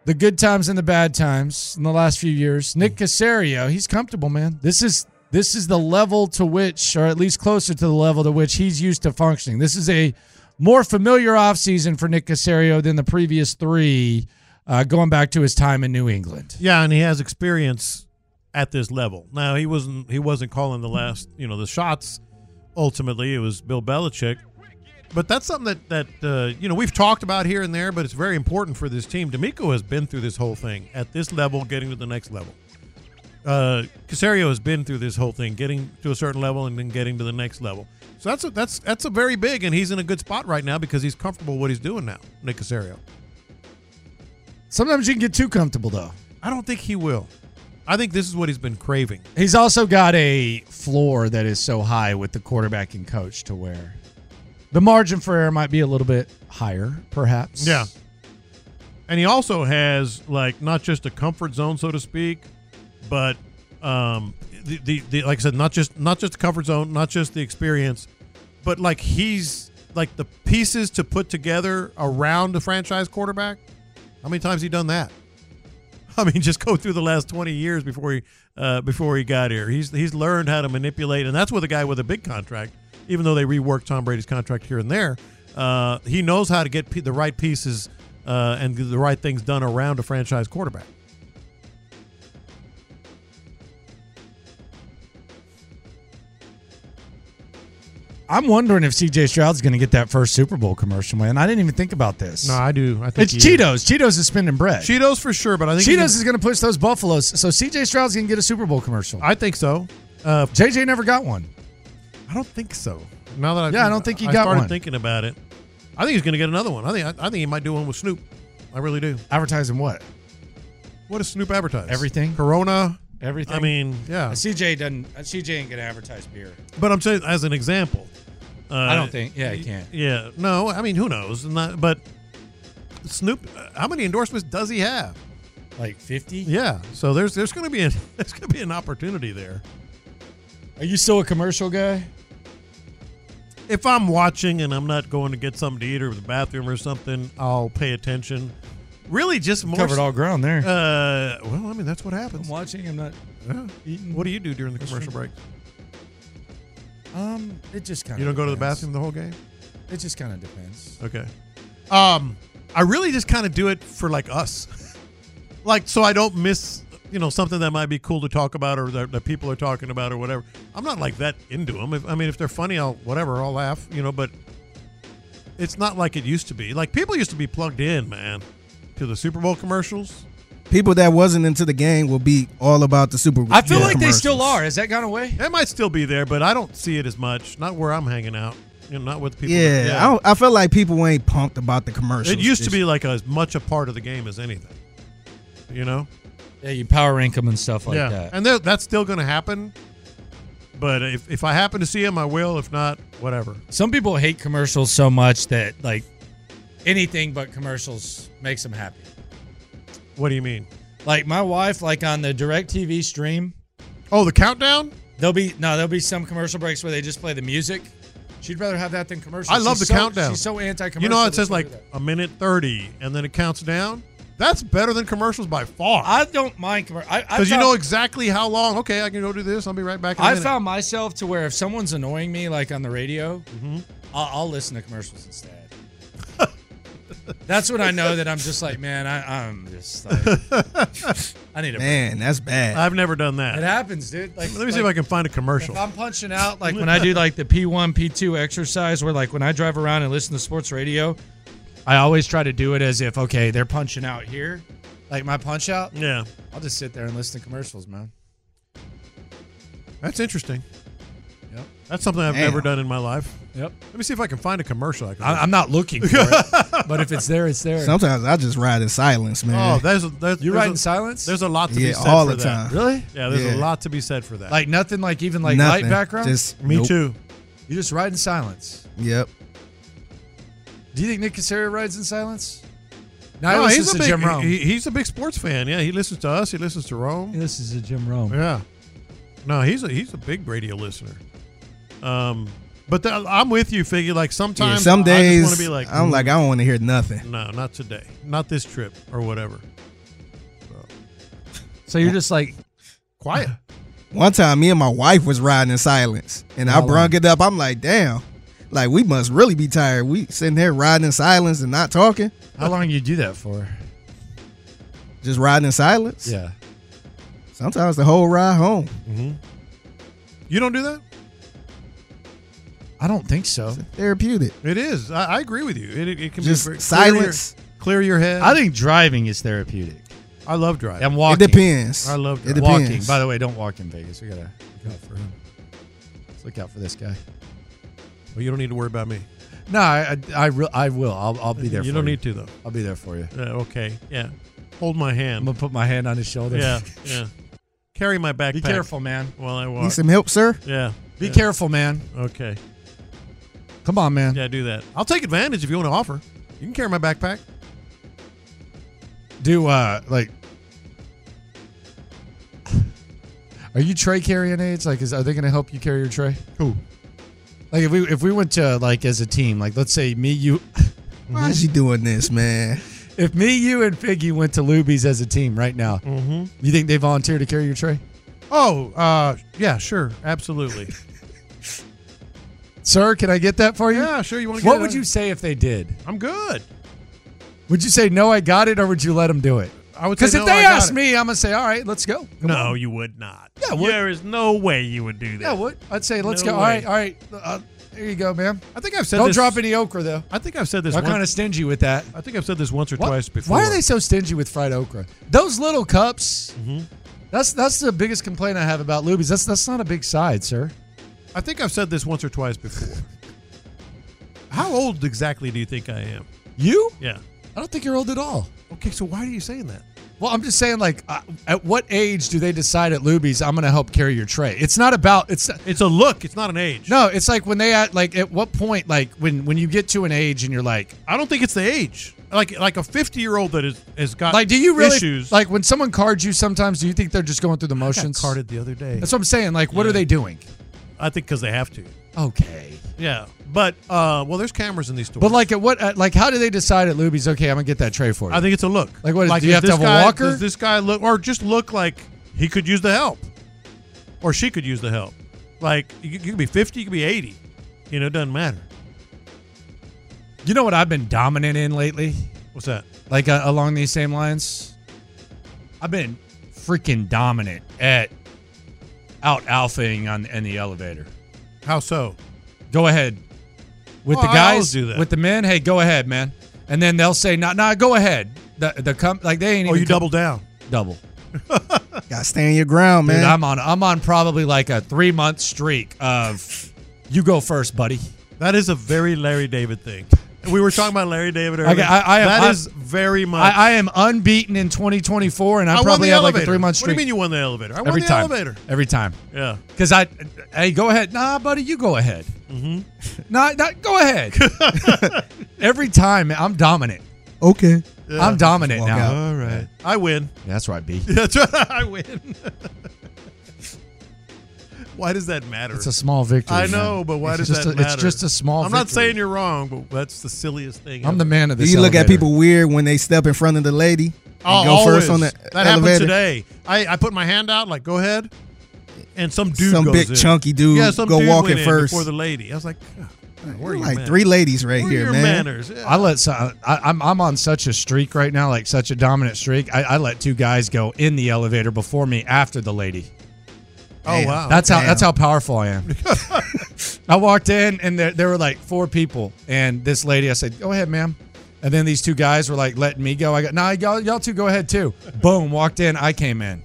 [SPEAKER 4] the good times and the bad times in the last few years, Nick Casario, he's comfortable, man. This is this is the level to which, or at least closer to the level to which he's used to functioning. This is a more familiar offseason for Nick Casario than the previous three, uh, going back to his time in New England.
[SPEAKER 7] Yeah, and he has experience at this level. Now he wasn't he wasn't calling the last you know the shots. Ultimately, it was Bill Belichick. But that's something that that uh, you know we've talked about here and there, but it's very important for this team. D'Amico has been through this whole thing at this level, getting to the next level. Uh, Casario has been through this whole thing, getting to a certain level and then getting to the next level. So that's a, that's that's a very big, and he's in a good spot right now because he's comfortable what he's doing now. Nick Casario.
[SPEAKER 4] Sometimes you can get too comfortable, though.
[SPEAKER 7] I don't think he will. I think this is what he's been craving.
[SPEAKER 4] He's also got a floor that is so high with the quarterback and coach to where the margin for error might be a little bit higher, perhaps.
[SPEAKER 7] Yeah. And he also has like not just a comfort zone, so to speak, but um, the, the, the like I said, not just not just the comfort zone, not just the experience, but like he's like the pieces to put together around the franchise quarterback. How many times he done that? I mean, just go through the last twenty years before he uh, before he got here. He's he's learned how to manipulate, and that's with a guy with a big contract. Even though they reworked Tom Brady's contract here and there, uh, he knows how to get p- the right pieces uh, and the right things done around a franchise quarterback.
[SPEAKER 4] I'm wondering if CJ Stroud's going to get that first Super Bowl commercial win. I didn't even think about this.
[SPEAKER 7] No, I do. I think
[SPEAKER 4] It's
[SPEAKER 7] he is.
[SPEAKER 4] Cheetos. Cheetos is spending bread.
[SPEAKER 7] Cheetos for sure, but I think
[SPEAKER 4] Cheetos is going to push those Buffaloes. So CJ Stroud's going to get a Super Bowl commercial.
[SPEAKER 7] I think so. Uh,
[SPEAKER 4] JJ never got one.
[SPEAKER 7] I don't think so. Now that I
[SPEAKER 4] Yeah, I don't think he
[SPEAKER 7] I
[SPEAKER 4] got
[SPEAKER 7] started
[SPEAKER 4] one.
[SPEAKER 7] thinking about it, I think he's going to get another one. I think I, I think he might do one with Snoop. I really do.
[SPEAKER 4] Advertising what?
[SPEAKER 7] What does Snoop advertise?
[SPEAKER 4] Everything.
[SPEAKER 7] Corona.
[SPEAKER 4] Everything.
[SPEAKER 7] I mean, yeah.
[SPEAKER 4] CJ doesn't. uh, CJ ain't going to advertise beer.
[SPEAKER 7] But I'm saying as an example. Uh,
[SPEAKER 4] I don't think- yeah, he can't.
[SPEAKER 7] Yeah, no. I mean, who knows? Not- but Snoop, uh, how many endorsements does he have?
[SPEAKER 4] Like fifty.
[SPEAKER 7] Yeah. So there's there's going to be a, there's going to be an opportunity there.
[SPEAKER 4] Are you still a commercial guy?
[SPEAKER 7] If I'm watching and I'm not going to get something to eat or the bathroom or something, I'll pay attention. Really, just more
[SPEAKER 4] Covered all ground there.
[SPEAKER 7] Uh, well, I mean, that's what happens.
[SPEAKER 4] I'm watching. I'm not eating.
[SPEAKER 7] What do you do during the commercial break?
[SPEAKER 4] Um, it just kind of.
[SPEAKER 7] You don't go to the bathroom the whole game.
[SPEAKER 4] It just kind of depends.
[SPEAKER 7] Okay. Um, I really just kind of do it for like us, like so I don't miss you know something that might be cool to talk about or that, that people are talking about or whatever. I'm not like that into them. If, I mean, if they're funny, I'll whatever, I'll laugh, you know. But it's not like it used to be. Like people used to be plugged in, man, to the Super Bowl commercials.
[SPEAKER 8] People that wasn't into the game will be all about the Super Bowl.
[SPEAKER 4] I feel like they
[SPEAKER 8] commercials.
[SPEAKER 4] still are. Has that gone away?
[SPEAKER 7] That might still be there, but I don't see it as much. Not where I'm hanging out. You know, not with people. that-
[SPEAKER 8] Yeah, I, don't- I feel like people ain't pumped about the commercials.
[SPEAKER 7] It used to be like as much a part of the game as anything. You know.
[SPEAKER 4] Yeah, you power rank them and stuff like that.
[SPEAKER 7] And that- that's still going to happen. But if, if I happen to see him, I will. If not, whatever.
[SPEAKER 4] Some people hate commercials so much that like anything but commercials makes them happy.
[SPEAKER 7] What do you mean?
[SPEAKER 4] Like my wife, like on the direct TV stream.
[SPEAKER 7] Oh, the countdown?
[SPEAKER 4] There'll be no, there'll be some commercial breaks where they just play the music. She'd rather have that than commercials.
[SPEAKER 7] I love
[SPEAKER 4] She's
[SPEAKER 7] the
[SPEAKER 4] so-
[SPEAKER 7] countdown.
[SPEAKER 4] She's so anti-commercial.
[SPEAKER 7] You know how it
[SPEAKER 4] that
[SPEAKER 7] says
[SPEAKER 4] she'll
[SPEAKER 7] like
[SPEAKER 4] do that.
[SPEAKER 7] a minute 30 and then it counts down? That's better than commercials by far.
[SPEAKER 4] I don't mind commercial
[SPEAKER 7] Because you know exactly how long. Okay, I can go do this. I'll be right back. In a
[SPEAKER 4] I
[SPEAKER 7] minute.
[SPEAKER 4] found myself to where if someone's annoying me, like on the radio,
[SPEAKER 7] Mm-hmm.
[SPEAKER 4] I'll, I'll listen to commercials instead. That's when I know that I'm just like, man, I, I'm just like, I need a
[SPEAKER 8] Man, that's bad.
[SPEAKER 7] I've never done
[SPEAKER 4] Break.
[SPEAKER 7] that.
[SPEAKER 4] It happens, dude. Like,
[SPEAKER 7] Let me see if I
[SPEAKER 4] like,
[SPEAKER 7] can find a commercial.
[SPEAKER 4] If I'm punching out, like when I do like the P1, P2 exercise, where like when I drive around and listen to sports radio, I always try to do it as if okay, they're punching out here, like my punch out.
[SPEAKER 7] Yeah,
[SPEAKER 4] I'll just sit there and listen to commercials, man.
[SPEAKER 7] That's interesting.
[SPEAKER 4] Yep.
[SPEAKER 7] That's something I've
[SPEAKER 4] Damn.
[SPEAKER 7] never done in my life.
[SPEAKER 4] Yep.
[SPEAKER 7] Let me see if I can find a commercial. I can
[SPEAKER 4] I- I'm not looking for it, but if it's there, it's there.
[SPEAKER 8] Sometimes I just ride in silence, man.
[SPEAKER 7] Oh, there's, there's
[SPEAKER 4] You
[SPEAKER 7] there's
[SPEAKER 4] ride
[SPEAKER 7] a-
[SPEAKER 4] in silence?
[SPEAKER 7] There's a lot to be
[SPEAKER 8] Yeah,
[SPEAKER 7] said
[SPEAKER 8] all
[SPEAKER 7] for
[SPEAKER 8] the
[SPEAKER 7] that.
[SPEAKER 8] time. Really?
[SPEAKER 7] Yeah, there's a
[SPEAKER 8] Yeah.
[SPEAKER 7] lot to be said for that.
[SPEAKER 4] Like nothing, like even like
[SPEAKER 8] Nothing.
[SPEAKER 4] light background.
[SPEAKER 8] Just- Me nope. too.
[SPEAKER 4] You just ride in silence.
[SPEAKER 8] Yep.
[SPEAKER 4] Do you think Nick Casario rides in silence?
[SPEAKER 7] No,
[SPEAKER 4] Now he listens
[SPEAKER 7] he's a
[SPEAKER 4] to
[SPEAKER 7] big
[SPEAKER 4] Jim Rome.
[SPEAKER 7] he- he's a big sports fan. Yeah, he listens to us. He listens to Rome. He
[SPEAKER 4] listens to Jim Rome.
[SPEAKER 7] Yeah, No, he's a he's a big radio listener. Um, but the, I'm with you, Figgy. Like
[SPEAKER 8] Yeah,
[SPEAKER 7] sometimes,
[SPEAKER 8] some
[SPEAKER 7] I just
[SPEAKER 8] days
[SPEAKER 7] wanna be like, "Mm,
[SPEAKER 8] I'm like I don't want to hear nothing.
[SPEAKER 7] no, not today, not this trip or whatever.
[SPEAKER 4] So you're just like
[SPEAKER 7] quiet.
[SPEAKER 8] One time, me and my wife was riding in silence, and I
[SPEAKER 4] How
[SPEAKER 8] brung it up. I'm like, damn, like we must really be tired. We sitting here riding in silence and not talking,
[SPEAKER 4] How long you do that for?
[SPEAKER 8] just riding in silence.
[SPEAKER 4] Yeah.
[SPEAKER 8] Sometimes the whole ride home.
[SPEAKER 7] Mm-hmm. You don't do that?
[SPEAKER 4] I don't think so.
[SPEAKER 8] Therapeutic.
[SPEAKER 7] It is. I, I agree with you. It, it, it can
[SPEAKER 8] Just
[SPEAKER 7] be very-
[SPEAKER 8] silence.
[SPEAKER 7] Clear your, clear your head.
[SPEAKER 4] I think driving is therapeutic.
[SPEAKER 7] I love driving.
[SPEAKER 4] I'm walking.
[SPEAKER 8] depends.
[SPEAKER 4] I love
[SPEAKER 8] It
[SPEAKER 4] driving. walking.
[SPEAKER 8] depends.
[SPEAKER 4] By the way, don't walk in Vegas. We gotta look out for him. Let's look out for this guy.
[SPEAKER 7] Well, you don't need to worry about me.
[SPEAKER 4] No, I I, I, re- I will. I'll, I'll be there.
[SPEAKER 7] You
[SPEAKER 4] for
[SPEAKER 7] don't need to, though.
[SPEAKER 4] I'll be there for you.
[SPEAKER 7] Uh, okay. Yeah. Hold my hand.
[SPEAKER 4] I'm gonna put my hand on his shoulder.
[SPEAKER 7] Yeah. Yeah. Carry my backpack.
[SPEAKER 4] careful, man.
[SPEAKER 7] While I walk.
[SPEAKER 8] Need some help, sir?
[SPEAKER 7] Yeah.
[SPEAKER 4] Be
[SPEAKER 7] yeah.
[SPEAKER 4] careful, man.
[SPEAKER 7] Okay.
[SPEAKER 4] Come on, man.
[SPEAKER 7] Yeah, do that. I'll take advantage if you want to offer. You can carry my backpack.
[SPEAKER 4] Do uh like Are you tray carrying aids? Like is are they gonna help you carry your tray?
[SPEAKER 7] Who?
[SPEAKER 4] Like if we if we went to like as a team, like let's say me, you
[SPEAKER 8] Why is you doing this, man?
[SPEAKER 4] If me, you and Piggy went to Luby's as a team right now,
[SPEAKER 7] Mhm.
[SPEAKER 4] you think they volunteer to carry your tray?
[SPEAKER 7] Oh, uh, yeah, sure, absolutely.
[SPEAKER 4] Sir, can I get that for you?
[SPEAKER 7] Yeah, sure. You want to?
[SPEAKER 4] What would you say if they did?
[SPEAKER 7] I'm good.
[SPEAKER 4] Would you say no I got it or would you let them do it?
[SPEAKER 7] I would say,
[SPEAKER 4] Because if
[SPEAKER 7] "No, I
[SPEAKER 4] they
[SPEAKER 7] got
[SPEAKER 4] asked
[SPEAKER 7] it."
[SPEAKER 4] me, I'm gonna say, All right, let's go. Come
[SPEAKER 7] no,
[SPEAKER 4] on."
[SPEAKER 7] you would not.
[SPEAKER 4] Yeah, I would.
[SPEAKER 7] there is no way you would do that.
[SPEAKER 4] Yeah, what? I'd say let's
[SPEAKER 7] No
[SPEAKER 4] go. All
[SPEAKER 7] way.
[SPEAKER 4] right, all right. Uh, here you go, ma'am.
[SPEAKER 7] I think I've said
[SPEAKER 4] Don't
[SPEAKER 7] this-
[SPEAKER 4] drop any okra though.
[SPEAKER 7] I think I've said this.
[SPEAKER 4] They're
[SPEAKER 7] once-
[SPEAKER 4] kind of stingy with that.
[SPEAKER 7] I think I've said this once or
[SPEAKER 4] What-
[SPEAKER 7] twice before.
[SPEAKER 4] Why are they so stingy with fried okra? Those little cups.
[SPEAKER 7] Mm-hmm.
[SPEAKER 4] That's that's the biggest complaint I have about Luby's. That's that's not a big side, sir.
[SPEAKER 7] I think I've said this once or twice before. How old exactly do you think I am?
[SPEAKER 4] You?
[SPEAKER 7] Yeah.
[SPEAKER 4] I don't think you're old at all.
[SPEAKER 7] Okay, so why are you saying that?
[SPEAKER 4] Well, I'm just saying, like, uh, at what age do they decide at Luby's I'm going to help carry your tray? It's not about it's.
[SPEAKER 7] It's a look. It's not an age.
[SPEAKER 4] No, it's like when they at like at what point like when when you get to an age and you're like Uh,
[SPEAKER 7] I don't think it's the age. Like like a 50 year old that is, has got
[SPEAKER 4] like do you really
[SPEAKER 7] issues.
[SPEAKER 4] like when someone cards you sometimes do you think they're just going through the
[SPEAKER 7] I got
[SPEAKER 4] motions?
[SPEAKER 7] carded the other day.
[SPEAKER 4] That's what I'm saying. Like, oh, what are they doing?
[SPEAKER 7] I think because they have to.
[SPEAKER 4] Okay.
[SPEAKER 7] Yeah, but uh, well, there's cameras in these stores.
[SPEAKER 4] But like at what? At, like how do they decide at Luby's? Okay, I'm gonna get that tray for you.
[SPEAKER 7] I think it's a look.
[SPEAKER 4] Like what? do
[SPEAKER 7] does
[SPEAKER 4] you have to
[SPEAKER 7] this
[SPEAKER 4] have
[SPEAKER 7] guy,
[SPEAKER 4] a walker?
[SPEAKER 7] Does this guy look, or just look like he could use the help, or she could use the help? Like you, you could be 50, you could be 80. You know, it doesn't matter.
[SPEAKER 4] you know what I've been dominant in lately?
[SPEAKER 7] What's that?
[SPEAKER 4] Like uh, along these same lines, I've been freaking dominant at out alphaing on in the elevator.
[SPEAKER 7] How so?
[SPEAKER 4] Go ahead with
[SPEAKER 7] Well,
[SPEAKER 4] the
[SPEAKER 7] I
[SPEAKER 4] guys,
[SPEAKER 7] always do that.
[SPEAKER 4] with the men. Hey, go ahead, man. And then they'll say, "Nah, nah, go ahead." The the com- like they ain't.
[SPEAKER 7] Oh,
[SPEAKER 4] even
[SPEAKER 7] you
[SPEAKER 4] come-
[SPEAKER 7] double down.
[SPEAKER 4] double.
[SPEAKER 8] Gotta stand your
[SPEAKER 7] Oh,
[SPEAKER 8] ground,
[SPEAKER 4] Dude,
[SPEAKER 8] man.
[SPEAKER 4] I'm on. I'm on probably like a three month streak of you go first, buddy.
[SPEAKER 7] That is a very Larry David thing. We were talking about Larry David earlier.
[SPEAKER 4] Okay, I- I am-
[SPEAKER 7] That
[SPEAKER 4] I-
[SPEAKER 7] is very much.
[SPEAKER 4] I, I am unbeaten in 2024, and I,
[SPEAKER 7] won
[SPEAKER 4] probably
[SPEAKER 7] the
[SPEAKER 4] have like a
[SPEAKER 7] elevator.
[SPEAKER 4] three month
[SPEAKER 7] What do
[SPEAKER 4] streak.
[SPEAKER 7] you mean you won the elevator? I won
[SPEAKER 4] every
[SPEAKER 7] the
[SPEAKER 4] time,
[SPEAKER 7] elevator.
[SPEAKER 4] every time.
[SPEAKER 7] Yeah.
[SPEAKER 4] Because I, hey, go ahead. Nah, buddy, you go ahead.
[SPEAKER 7] Mm-hmm.
[SPEAKER 4] Nah, nah go ahead. every time, man, I'm dominant.
[SPEAKER 8] Okay.
[SPEAKER 4] I'm dominant now.
[SPEAKER 7] All right. I win.
[SPEAKER 4] Yeah, that's right, B.
[SPEAKER 7] That's right. I win. why does that matter?
[SPEAKER 4] It's a small victory,
[SPEAKER 7] I
[SPEAKER 4] man.
[SPEAKER 7] know, but why
[SPEAKER 4] It's
[SPEAKER 7] does
[SPEAKER 4] just
[SPEAKER 7] that
[SPEAKER 4] a- it's
[SPEAKER 7] matter?
[SPEAKER 4] just a small
[SPEAKER 7] I'm not
[SPEAKER 4] victory.
[SPEAKER 7] saying you're wrong, but that's the silliest thing.
[SPEAKER 4] I'm
[SPEAKER 7] ever.
[SPEAKER 4] the man of
[SPEAKER 8] Do
[SPEAKER 4] this.
[SPEAKER 8] you look at
[SPEAKER 4] elevator.
[SPEAKER 8] people weird when they step in front of the lady and
[SPEAKER 7] Oh,
[SPEAKER 8] go
[SPEAKER 7] always.
[SPEAKER 8] first on the
[SPEAKER 7] that happened
[SPEAKER 8] elevator?
[SPEAKER 7] today. I, I put my hand out, like, go ahead. And some dude,
[SPEAKER 8] Some
[SPEAKER 7] goes
[SPEAKER 8] big
[SPEAKER 7] in.
[SPEAKER 8] chunky dude
[SPEAKER 7] yeah, some
[SPEAKER 8] go
[SPEAKER 7] dude
[SPEAKER 8] walking
[SPEAKER 7] went in
[SPEAKER 8] first.
[SPEAKER 7] before the lady. I was like, God, where are your
[SPEAKER 8] Like
[SPEAKER 7] manners?
[SPEAKER 8] three ladies right
[SPEAKER 7] Where are
[SPEAKER 8] here,
[SPEAKER 7] your
[SPEAKER 8] man.
[SPEAKER 7] Manners? Yeah.
[SPEAKER 4] I let some, I, I'm I'm on such a streak right now, like such a dominant streak. I, I let two guys go in the elevator before me, after the lady.
[SPEAKER 7] Oh wow,
[SPEAKER 4] That's how
[SPEAKER 8] Damn.
[SPEAKER 4] that's how powerful I am. I walked in and there, there were like four people, and this lady, I said, "Go ahead, ma'am." And then these two guys were like letting me go. I got, "Nah, y'all, y'all two go ahead too." Boom, walked in. I came in,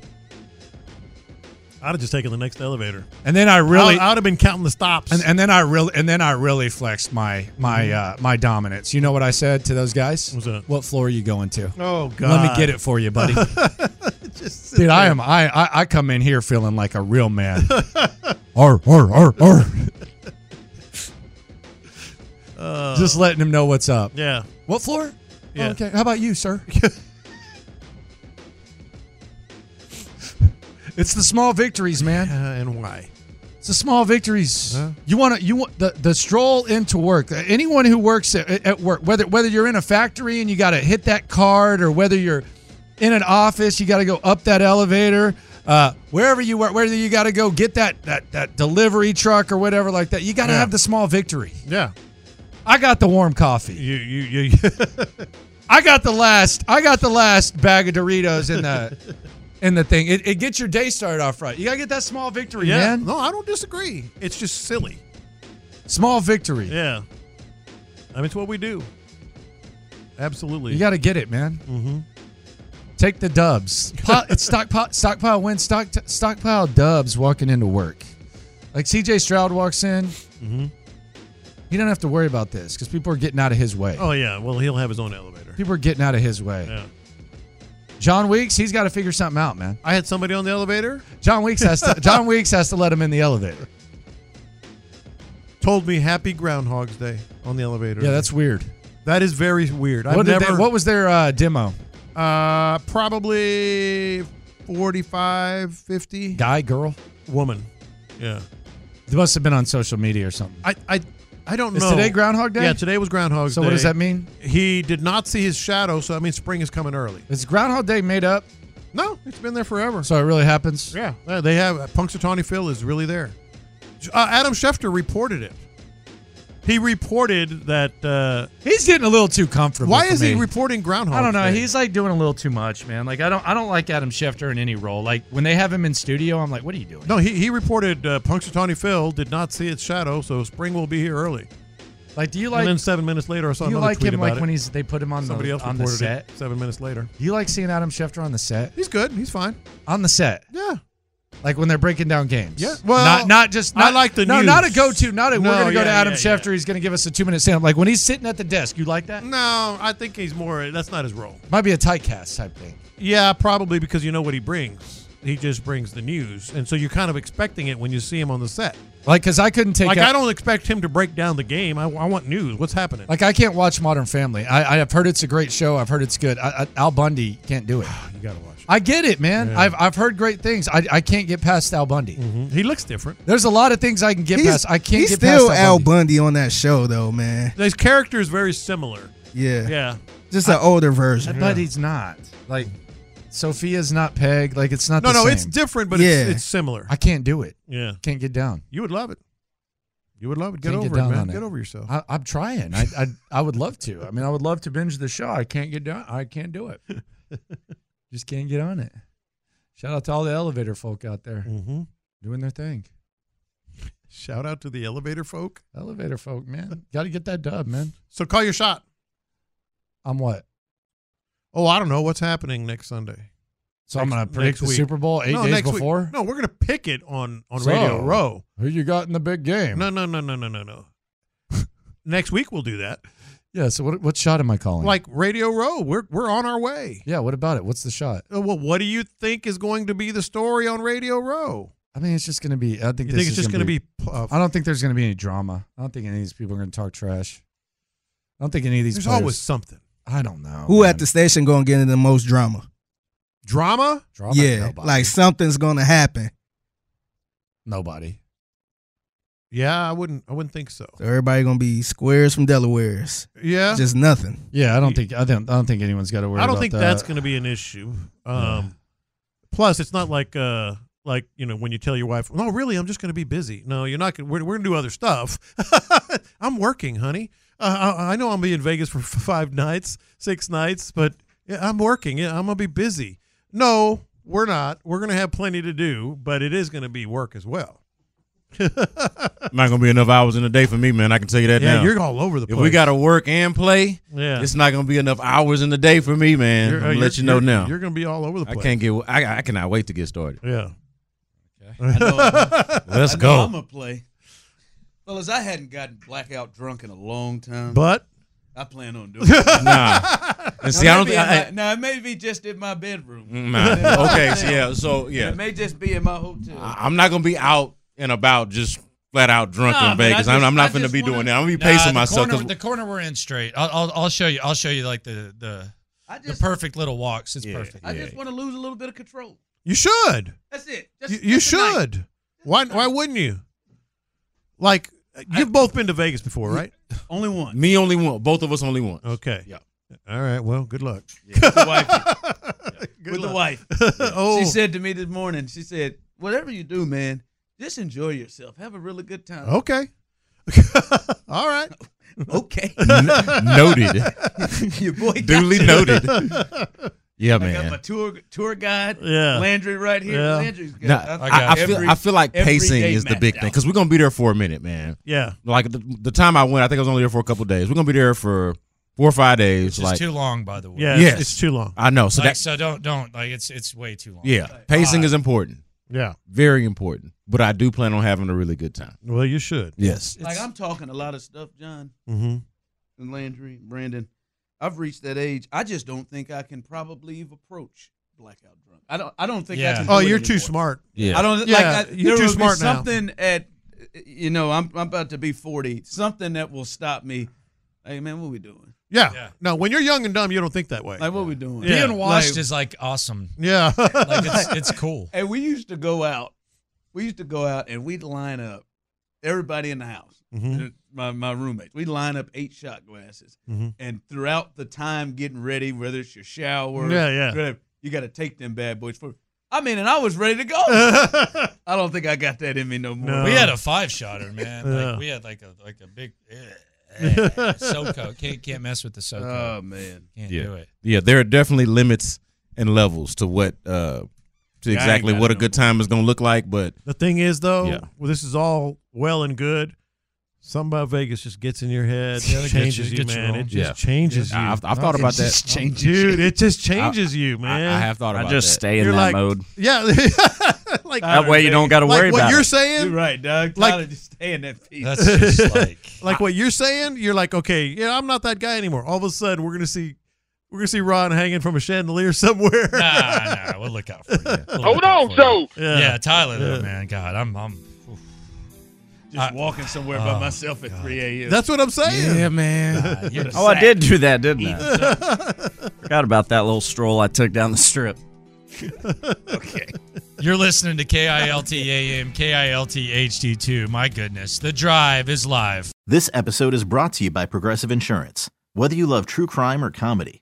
[SPEAKER 7] I'd have just taken the next elevator.
[SPEAKER 4] and then I really,
[SPEAKER 7] I'd, I'd have been counting the stops.
[SPEAKER 4] and, and then I really, and then I really flexed my my uh, my dominance. You know what I said to those guys?
[SPEAKER 7] Mm-hmm. What's that?
[SPEAKER 4] What floor are you going to?
[SPEAKER 7] oh god,
[SPEAKER 4] Let me get it for you, buddy.
[SPEAKER 7] Just sit
[SPEAKER 4] Dude, I
[SPEAKER 7] there.
[SPEAKER 4] am. I, I I come in here feeling like a real man. Arr, arr, arr, arr.
[SPEAKER 7] Uh,
[SPEAKER 4] Just letting him know what's up.
[SPEAKER 7] yeah.
[SPEAKER 4] What floor?
[SPEAKER 7] Yeah.
[SPEAKER 4] Okay. How about you, sir? It's the small victories, man.
[SPEAKER 7] and why?
[SPEAKER 4] It's the small victories. You want to you want the, the stroll into work. Uh, Anyone who works at, at work, whether whether you're in a factory and you got to hit that card, or whether you're in an office, you got to go up that elevator. Uh, wherever you work, whether you got to go get that that that delivery truck or whatever like that, you got to
[SPEAKER 7] Yeah.
[SPEAKER 4] have the small victory.
[SPEAKER 7] Yeah.
[SPEAKER 4] I got the warm coffee.
[SPEAKER 7] You you you.
[SPEAKER 4] I got the last. I got the last bag of Doritos in the in the thing. It, it gets your day started off right. You gotta get that small victory,
[SPEAKER 7] Yeah.
[SPEAKER 4] man.
[SPEAKER 7] No, I don't disagree. It's just silly.
[SPEAKER 4] Small victory.
[SPEAKER 7] Yeah. I mean, it's what we do. Absolutely.
[SPEAKER 4] You gotta get it, man.
[SPEAKER 7] Mm-hmm.
[SPEAKER 4] Take the dubs. Pot, it's stockpile, stockpile wins. Stock, stockpile dubs walking into work. Like CJ Stroud walks in.
[SPEAKER 7] Mhm.
[SPEAKER 4] He don't have to worry about this because people are getting out of his way.
[SPEAKER 7] Oh yeah. Well, he'll have his own elevator.
[SPEAKER 4] People are getting out of his way.
[SPEAKER 7] Yeah.
[SPEAKER 4] John Weeks, he's got to figure something out, man.
[SPEAKER 7] I had somebody on the elevator.
[SPEAKER 4] John Weeks has to. John Weeks has to let him in the elevator.
[SPEAKER 7] Told me Happy Groundhog's Day on the elevator.
[SPEAKER 4] Yeah, that's weird.
[SPEAKER 7] That is very weird. I've
[SPEAKER 4] What, did
[SPEAKER 7] never.
[SPEAKER 4] they- what was their uh, demo?
[SPEAKER 7] Uh, probably 45, 50.
[SPEAKER 4] Guy, girl,
[SPEAKER 7] woman. Yeah.
[SPEAKER 4] They must have been on social media or something.
[SPEAKER 7] I, I, I don't
[SPEAKER 4] Is
[SPEAKER 7] know.
[SPEAKER 4] today Groundhog Day?
[SPEAKER 7] Yeah, today was Groundhog
[SPEAKER 4] So
[SPEAKER 7] Day.
[SPEAKER 4] what does that mean?
[SPEAKER 7] He did not see his shadow, so I mean spring is coming early.
[SPEAKER 4] Is Groundhog Day made up?
[SPEAKER 7] No, it's been there forever.
[SPEAKER 4] So it really happens.
[SPEAKER 7] Yeah, uh, they have uh, Punxsutawney Phil is really there. Uh, Adam Schefter reported it. He reported that. Uh,
[SPEAKER 4] He's getting a little too comfortable.
[SPEAKER 7] why
[SPEAKER 4] for
[SPEAKER 7] is he
[SPEAKER 4] me.
[SPEAKER 7] reporting Groundhog?
[SPEAKER 4] I don't know.
[SPEAKER 7] Day?
[SPEAKER 4] He's like doing a little too much, man. Like I don't, I don't like Adam Schefter in any role. Like when they have him in studio, I'm like, what are you doing?
[SPEAKER 7] no. He, he reported uh, Punxsutawney Phil did not see its shadow, so spring will be here early.
[SPEAKER 4] Like, do you
[SPEAKER 7] And
[SPEAKER 4] like?
[SPEAKER 7] then seven minutes later, I saw
[SPEAKER 4] do you
[SPEAKER 7] another
[SPEAKER 4] like
[SPEAKER 7] tweet
[SPEAKER 4] him
[SPEAKER 7] about
[SPEAKER 4] like
[SPEAKER 7] it.
[SPEAKER 4] when he's they put him on
[SPEAKER 7] Somebody
[SPEAKER 4] the
[SPEAKER 7] else
[SPEAKER 4] on the
[SPEAKER 7] reported
[SPEAKER 4] set?
[SPEAKER 7] It seven minutes later.
[SPEAKER 4] Do you like seeing Adam Schefter on the set?
[SPEAKER 7] He's good. He's fine.
[SPEAKER 4] On the set,
[SPEAKER 7] Yeah.
[SPEAKER 4] like when they're breaking down games.
[SPEAKER 7] Yeah. Well,
[SPEAKER 4] not not just.
[SPEAKER 7] I
[SPEAKER 4] Not,
[SPEAKER 7] like the
[SPEAKER 4] no, not a
[SPEAKER 7] news.
[SPEAKER 4] go-to. Not a.
[SPEAKER 7] No,
[SPEAKER 4] we're gonna go
[SPEAKER 7] yeah,
[SPEAKER 4] to Adam
[SPEAKER 7] yeah,
[SPEAKER 4] Schefter. He's gonna give us a two-minute stand. Like when he's sitting at the desk. You like that?
[SPEAKER 7] No, I think he's more. That's not his role.
[SPEAKER 4] Might be a tight cast type thing.
[SPEAKER 7] Yeah, probably because you know what he brings. He just brings the news, and so you're kind of expecting it when you see him on the set.
[SPEAKER 4] Like, cause I couldn't take.
[SPEAKER 7] like
[SPEAKER 4] out-
[SPEAKER 7] I don't expect him to break down the game. I, I want news. What's happening?
[SPEAKER 4] Like I can't watch Modern Family. I, I have heard it's a great show. I've heard it's good. I, I, Al Bundy can't do it.
[SPEAKER 7] you gotta watch.
[SPEAKER 4] I get it, man. I've I've heard great things. I, I can't get past Al Bundy.
[SPEAKER 8] Mm-hmm.
[SPEAKER 7] He looks different.
[SPEAKER 4] There's a lot of things I can get past. I can't
[SPEAKER 8] He's
[SPEAKER 4] get
[SPEAKER 8] still
[SPEAKER 4] past
[SPEAKER 8] Al
[SPEAKER 4] Al Bundy.
[SPEAKER 8] Bundy. on that show though, man.
[SPEAKER 7] His character is very similar.
[SPEAKER 8] Yeah.
[SPEAKER 7] Yeah.
[SPEAKER 8] Just an older version.
[SPEAKER 4] But he's not. Like Sophia's not Peg. Like it's not.
[SPEAKER 7] No,
[SPEAKER 4] the
[SPEAKER 7] no, it's
[SPEAKER 4] same.
[SPEAKER 7] different, but it's, it's similar.
[SPEAKER 4] I can't do it.
[SPEAKER 7] Yeah.
[SPEAKER 4] Can't get down.
[SPEAKER 7] You would love it. You would love it. Get
[SPEAKER 4] Can't
[SPEAKER 7] over
[SPEAKER 4] down
[SPEAKER 7] it, man.
[SPEAKER 4] on
[SPEAKER 7] Get over yourself.
[SPEAKER 4] I, I'm trying. I, I I would love to. I mean, I would love to binge the show. I can't get down. I can't do it. Just can't get on it. Shout out to all the elevator folk out there
[SPEAKER 7] Mhm.
[SPEAKER 4] doing their thing.
[SPEAKER 7] Shout out to the elevator folk.
[SPEAKER 4] Elevator folk, man. Got to get that dub, man.
[SPEAKER 7] So call your shot.
[SPEAKER 4] I'm what?
[SPEAKER 7] Oh, I don't know what's happening next Sunday.
[SPEAKER 4] So I'm
[SPEAKER 7] Next-
[SPEAKER 4] gonna predict
[SPEAKER 7] next
[SPEAKER 4] the
[SPEAKER 7] week.
[SPEAKER 4] Super Bowl eight
[SPEAKER 7] No,
[SPEAKER 4] days
[SPEAKER 7] next week.
[SPEAKER 4] before.
[SPEAKER 7] No, we're gonna pick it on on
[SPEAKER 4] So,
[SPEAKER 7] Radio Row.
[SPEAKER 4] Who you got in the big game?
[SPEAKER 7] No, no, no, no, no, no, no. next week we'll do that.
[SPEAKER 4] Yeah. So what? What shot am I calling?
[SPEAKER 7] Like Radio Row, we're we're on our way.
[SPEAKER 4] yeah. What about it? What's the shot?
[SPEAKER 7] Uh, Well, what do you think is going to be the story on Radio Row?
[SPEAKER 4] I mean, it's just gonna be. I think
[SPEAKER 7] You
[SPEAKER 4] this
[SPEAKER 7] think it's
[SPEAKER 4] is
[SPEAKER 7] just
[SPEAKER 4] gonna
[SPEAKER 7] gonna be, uh,
[SPEAKER 4] I don't think there's gonna be any drama. I don't think any of these people are gonna talk trash. I don't think any of these.
[SPEAKER 7] There's
[SPEAKER 4] players-
[SPEAKER 7] always something.
[SPEAKER 4] I don't know.
[SPEAKER 8] Who at the station gonna get into the most drama?
[SPEAKER 7] Drama?
[SPEAKER 4] Drama?
[SPEAKER 8] yeah.
[SPEAKER 4] Nobody.
[SPEAKER 8] Like something's gonna happen.
[SPEAKER 4] Nobody.
[SPEAKER 7] Yeah, I wouldn't. I wouldn't think so.
[SPEAKER 8] So everybody gonna be squares from Delawares.
[SPEAKER 7] Yeah.
[SPEAKER 8] Just nothing.
[SPEAKER 4] Yeah, I don't think. I don't. I don't think anyone's got to worry.
[SPEAKER 7] I don't
[SPEAKER 4] about
[SPEAKER 7] think
[SPEAKER 4] that.
[SPEAKER 7] that's going to be an issue. Um, Plus, it's not like uh, like you know when you tell your wife, "No, really, I'm just going to be busy." No, you're not. Gonna, we're we're going to do other stuff. I'm working, honey. Uh, I, I know I'll be in Vegas for f- five nights, six nights, but yeah, I'm working. Yeah, I'm going to be busy. No, we're not. We're going to have plenty to do, but it is going to be work as well.
[SPEAKER 13] Not gonna be enough hours in a day for me, man. I can tell you that
[SPEAKER 7] Yeah,
[SPEAKER 13] now.
[SPEAKER 7] you're all over the
[SPEAKER 13] If we
[SPEAKER 7] place.
[SPEAKER 13] gotta work and play,
[SPEAKER 7] Yeah.
[SPEAKER 13] it's not gonna be enough hours in the day for me, man.
[SPEAKER 7] You're-
[SPEAKER 13] I'm
[SPEAKER 7] uh,
[SPEAKER 13] gonna
[SPEAKER 7] you're-
[SPEAKER 13] let you know
[SPEAKER 7] you're-
[SPEAKER 13] now.
[SPEAKER 7] you're gonna be all over the
[SPEAKER 13] I
[SPEAKER 7] place.
[SPEAKER 13] can't get. I, I cannot wait to get started.
[SPEAKER 7] Yeah.
[SPEAKER 25] I know I'm-
[SPEAKER 13] Let's
[SPEAKER 25] I know
[SPEAKER 13] go.
[SPEAKER 25] I'm gonna play. Well, as I hadn't gotten blackout drunk in a long time,
[SPEAKER 13] But-
[SPEAKER 25] I plan on doing it.
[SPEAKER 13] Nah. And see, I don't
[SPEAKER 25] maybe
[SPEAKER 13] thi-
[SPEAKER 25] in
[SPEAKER 13] I-
[SPEAKER 25] my- now it may be just in my bedroom.
[SPEAKER 13] Mm, Nah. Okay, so yeah, so, yeah.
[SPEAKER 25] It may just be in my hotel.
[SPEAKER 13] I- I'm not gonna be out and about just flat out drunk
[SPEAKER 4] Nah,
[SPEAKER 13] in
[SPEAKER 4] man, I
[SPEAKER 13] Vegas. I'm,
[SPEAKER 4] just-
[SPEAKER 13] I'm
[SPEAKER 4] I
[SPEAKER 13] not gonna
[SPEAKER 4] just
[SPEAKER 13] be
[SPEAKER 4] wanna-
[SPEAKER 13] doing that. I'm gonna be
[SPEAKER 4] Nah,
[SPEAKER 13] pacing
[SPEAKER 4] the
[SPEAKER 13] myself.
[SPEAKER 4] Corner,
[SPEAKER 13] 'cause-
[SPEAKER 4] the corner we're in straight. I'll, I'll, I'll show you. I'll show you like the the, the perfect little walks. It's perfect.
[SPEAKER 25] I just want to lose a little bit of control.
[SPEAKER 7] You should.
[SPEAKER 25] That's it.
[SPEAKER 7] you you should. Why why wouldn't you? Like you've both been to Vegas before, right?
[SPEAKER 25] Only one.
[SPEAKER 26] Me only one. Both of us only one.
[SPEAKER 7] Okay. Yeah. All right. Well, good luck.
[SPEAKER 25] with the wife. With the
[SPEAKER 7] luck.
[SPEAKER 25] wife.
[SPEAKER 7] Oh.
[SPEAKER 25] She said to me this morning, she said, whatever you do, man, just enjoy yourself. Have a really good time.
[SPEAKER 7] Okay. All right.
[SPEAKER 25] Okay.
[SPEAKER 26] N- noted.
[SPEAKER 25] Your boy got
[SPEAKER 26] Duly
[SPEAKER 25] you.
[SPEAKER 26] noted. Yeah,
[SPEAKER 25] I
[SPEAKER 26] man.
[SPEAKER 25] got my tour tour guide.
[SPEAKER 26] Yeah.
[SPEAKER 25] Landry right here.
[SPEAKER 26] Yeah.
[SPEAKER 25] Landry's good.
[SPEAKER 26] Nah, I, I feel I feel like pacing is the big thing because we're gonna be there for a minute, man.
[SPEAKER 7] Yeah.
[SPEAKER 26] Like the, the time I went, I think I was only there for a couple days. We're gonna be there for four or five days.
[SPEAKER 4] Which is
[SPEAKER 26] like
[SPEAKER 4] too long, by the way.
[SPEAKER 7] Yeah,
[SPEAKER 26] yes.
[SPEAKER 7] it's- it's too long.
[SPEAKER 26] I know. So
[SPEAKER 4] like,
[SPEAKER 26] that's
[SPEAKER 4] so don't don't like it's it's way too long.
[SPEAKER 26] yeah, pacing is important.
[SPEAKER 7] Yeah.
[SPEAKER 26] very important. But I do plan on having a really good time.
[SPEAKER 7] Well, you should.
[SPEAKER 26] Yes.
[SPEAKER 25] like I'm talking a lot of stuff, John.
[SPEAKER 7] Mm-hmm.
[SPEAKER 26] Mhm.
[SPEAKER 25] And Landry, Brandon. I've reached that age. I just don't think I can probably even approach blackout drunk. I don't I don't think I
[SPEAKER 7] Yeah.
[SPEAKER 25] can
[SPEAKER 7] Oh,
[SPEAKER 25] do it
[SPEAKER 7] you're too
[SPEAKER 25] anymore.
[SPEAKER 7] smart. Yeah.
[SPEAKER 25] I don't
[SPEAKER 7] Yeah,
[SPEAKER 25] like I, there
[SPEAKER 7] you're too
[SPEAKER 25] will be
[SPEAKER 7] smart now.
[SPEAKER 25] something at you know, I'm I'm about to be 40. Something that will stop me. Hey man, what we doing?
[SPEAKER 7] Yeah. No, when you're young and dumb, you don't think that way.
[SPEAKER 25] Like what we doing?
[SPEAKER 7] Yeah.
[SPEAKER 4] Being washed is like awesome.
[SPEAKER 7] Yeah.
[SPEAKER 4] like it's, it's cool.
[SPEAKER 25] And we used to go out. We used to go out and we'd line up everybody in the house.
[SPEAKER 7] Mhm.
[SPEAKER 25] My my roommates. We'd line up eight shot glasses.
[SPEAKER 7] Mhm.
[SPEAKER 25] And throughout the time getting ready, whether it's your shower,
[SPEAKER 7] Yeah, yeah.
[SPEAKER 25] whatever, you gotta take them bad boys for I mean, and I was ready to go. I don't think I got that in me no more.
[SPEAKER 4] We had a five shotter, man.
[SPEAKER 25] Yeah.
[SPEAKER 4] Like we had like a like a big eh, eh, SoCo. Can't can't mess with the SoCo.
[SPEAKER 25] Oh, man.
[SPEAKER 4] Can't
[SPEAKER 26] yeah.
[SPEAKER 4] do it.
[SPEAKER 26] Yeah, there are definitely limits and levels to what uh to
[SPEAKER 7] Yeah, I ain't
[SPEAKER 26] exactly
[SPEAKER 7] got
[SPEAKER 26] what a
[SPEAKER 7] no
[SPEAKER 26] good time is gonna look like, but
[SPEAKER 7] The thing is, though,
[SPEAKER 26] Yeah.
[SPEAKER 7] well, this is all well and good. Something about Vegas just gets in your head,
[SPEAKER 26] Yeah, it gets you-
[SPEAKER 7] changes you,
[SPEAKER 26] gets you
[SPEAKER 7] man.
[SPEAKER 26] wrong.
[SPEAKER 7] it just
[SPEAKER 26] Yeah.
[SPEAKER 7] changes
[SPEAKER 26] Yeah.
[SPEAKER 7] you.
[SPEAKER 26] I've- I've thought
[SPEAKER 7] It
[SPEAKER 26] about that.
[SPEAKER 7] just
[SPEAKER 26] changes
[SPEAKER 7] dude.
[SPEAKER 26] you.
[SPEAKER 7] It just
[SPEAKER 26] I-
[SPEAKER 7] changes you,
[SPEAKER 26] I-
[SPEAKER 7] man.
[SPEAKER 26] I have thought
[SPEAKER 27] I
[SPEAKER 26] about
[SPEAKER 27] just
[SPEAKER 26] that.
[SPEAKER 27] stay in
[SPEAKER 7] You're
[SPEAKER 27] that
[SPEAKER 7] like-
[SPEAKER 27] mode.
[SPEAKER 7] Yeah, like
[SPEAKER 27] That way you don't gotta
[SPEAKER 7] like
[SPEAKER 27] worry
[SPEAKER 7] what
[SPEAKER 27] about
[SPEAKER 7] you're
[SPEAKER 27] it.
[SPEAKER 7] saying.
[SPEAKER 25] You're right, Doug.
[SPEAKER 7] Like-
[SPEAKER 25] Tyler, just stay in that piece.
[SPEAKER 7] like what you're saying. You're like, okay, yeah, I'm not that guy anymore. All of a sudden, we're gonna see, we're gonna see Ron hanging from a chandelier somewhere.
[SPEAKER 4] Nah, nah, we'll look out for you. We'll look
[SPEAKER 7] Hold
[SPEAKER 4] out
[SPEAKER 7] on,
[SPEAKER 4] for
[SPEAKER 7] Joe.
[SPEAKER 4] you.
[SPEAKER 7] Yeah.
[SPEAKER 4] Yeah, Tyler, though,
[SPEAKER 7] Yeah.
[SPEAKER 4] man. God, I'm I'm oof.
[SPEAKER 25] Just walking somewhere
[SPEAKER 4] oh,
[SPEAKER 25] by myself at 3 a.m.
[SPEAKER 7] That's what I'm saying.
[SPEAKER 26] Yeah, man.
[SPEAKER 25] you're
[SPEAKER 27] oh, I
[SPEAKER 25] sack.
[SPEAKER 27] did do that, didn't I?
[SPEAKER 7] Even so.
[SPEAKER 27] Forgot about that little stroll I took down the strip.
[SPEAKER 4] You're listening to KILTAM, KILTHD2. My goodness, the drive is live.
[SPEAKER 13] This episode is brought to you by Progressive Insurance. Whether you love true crime or comedy,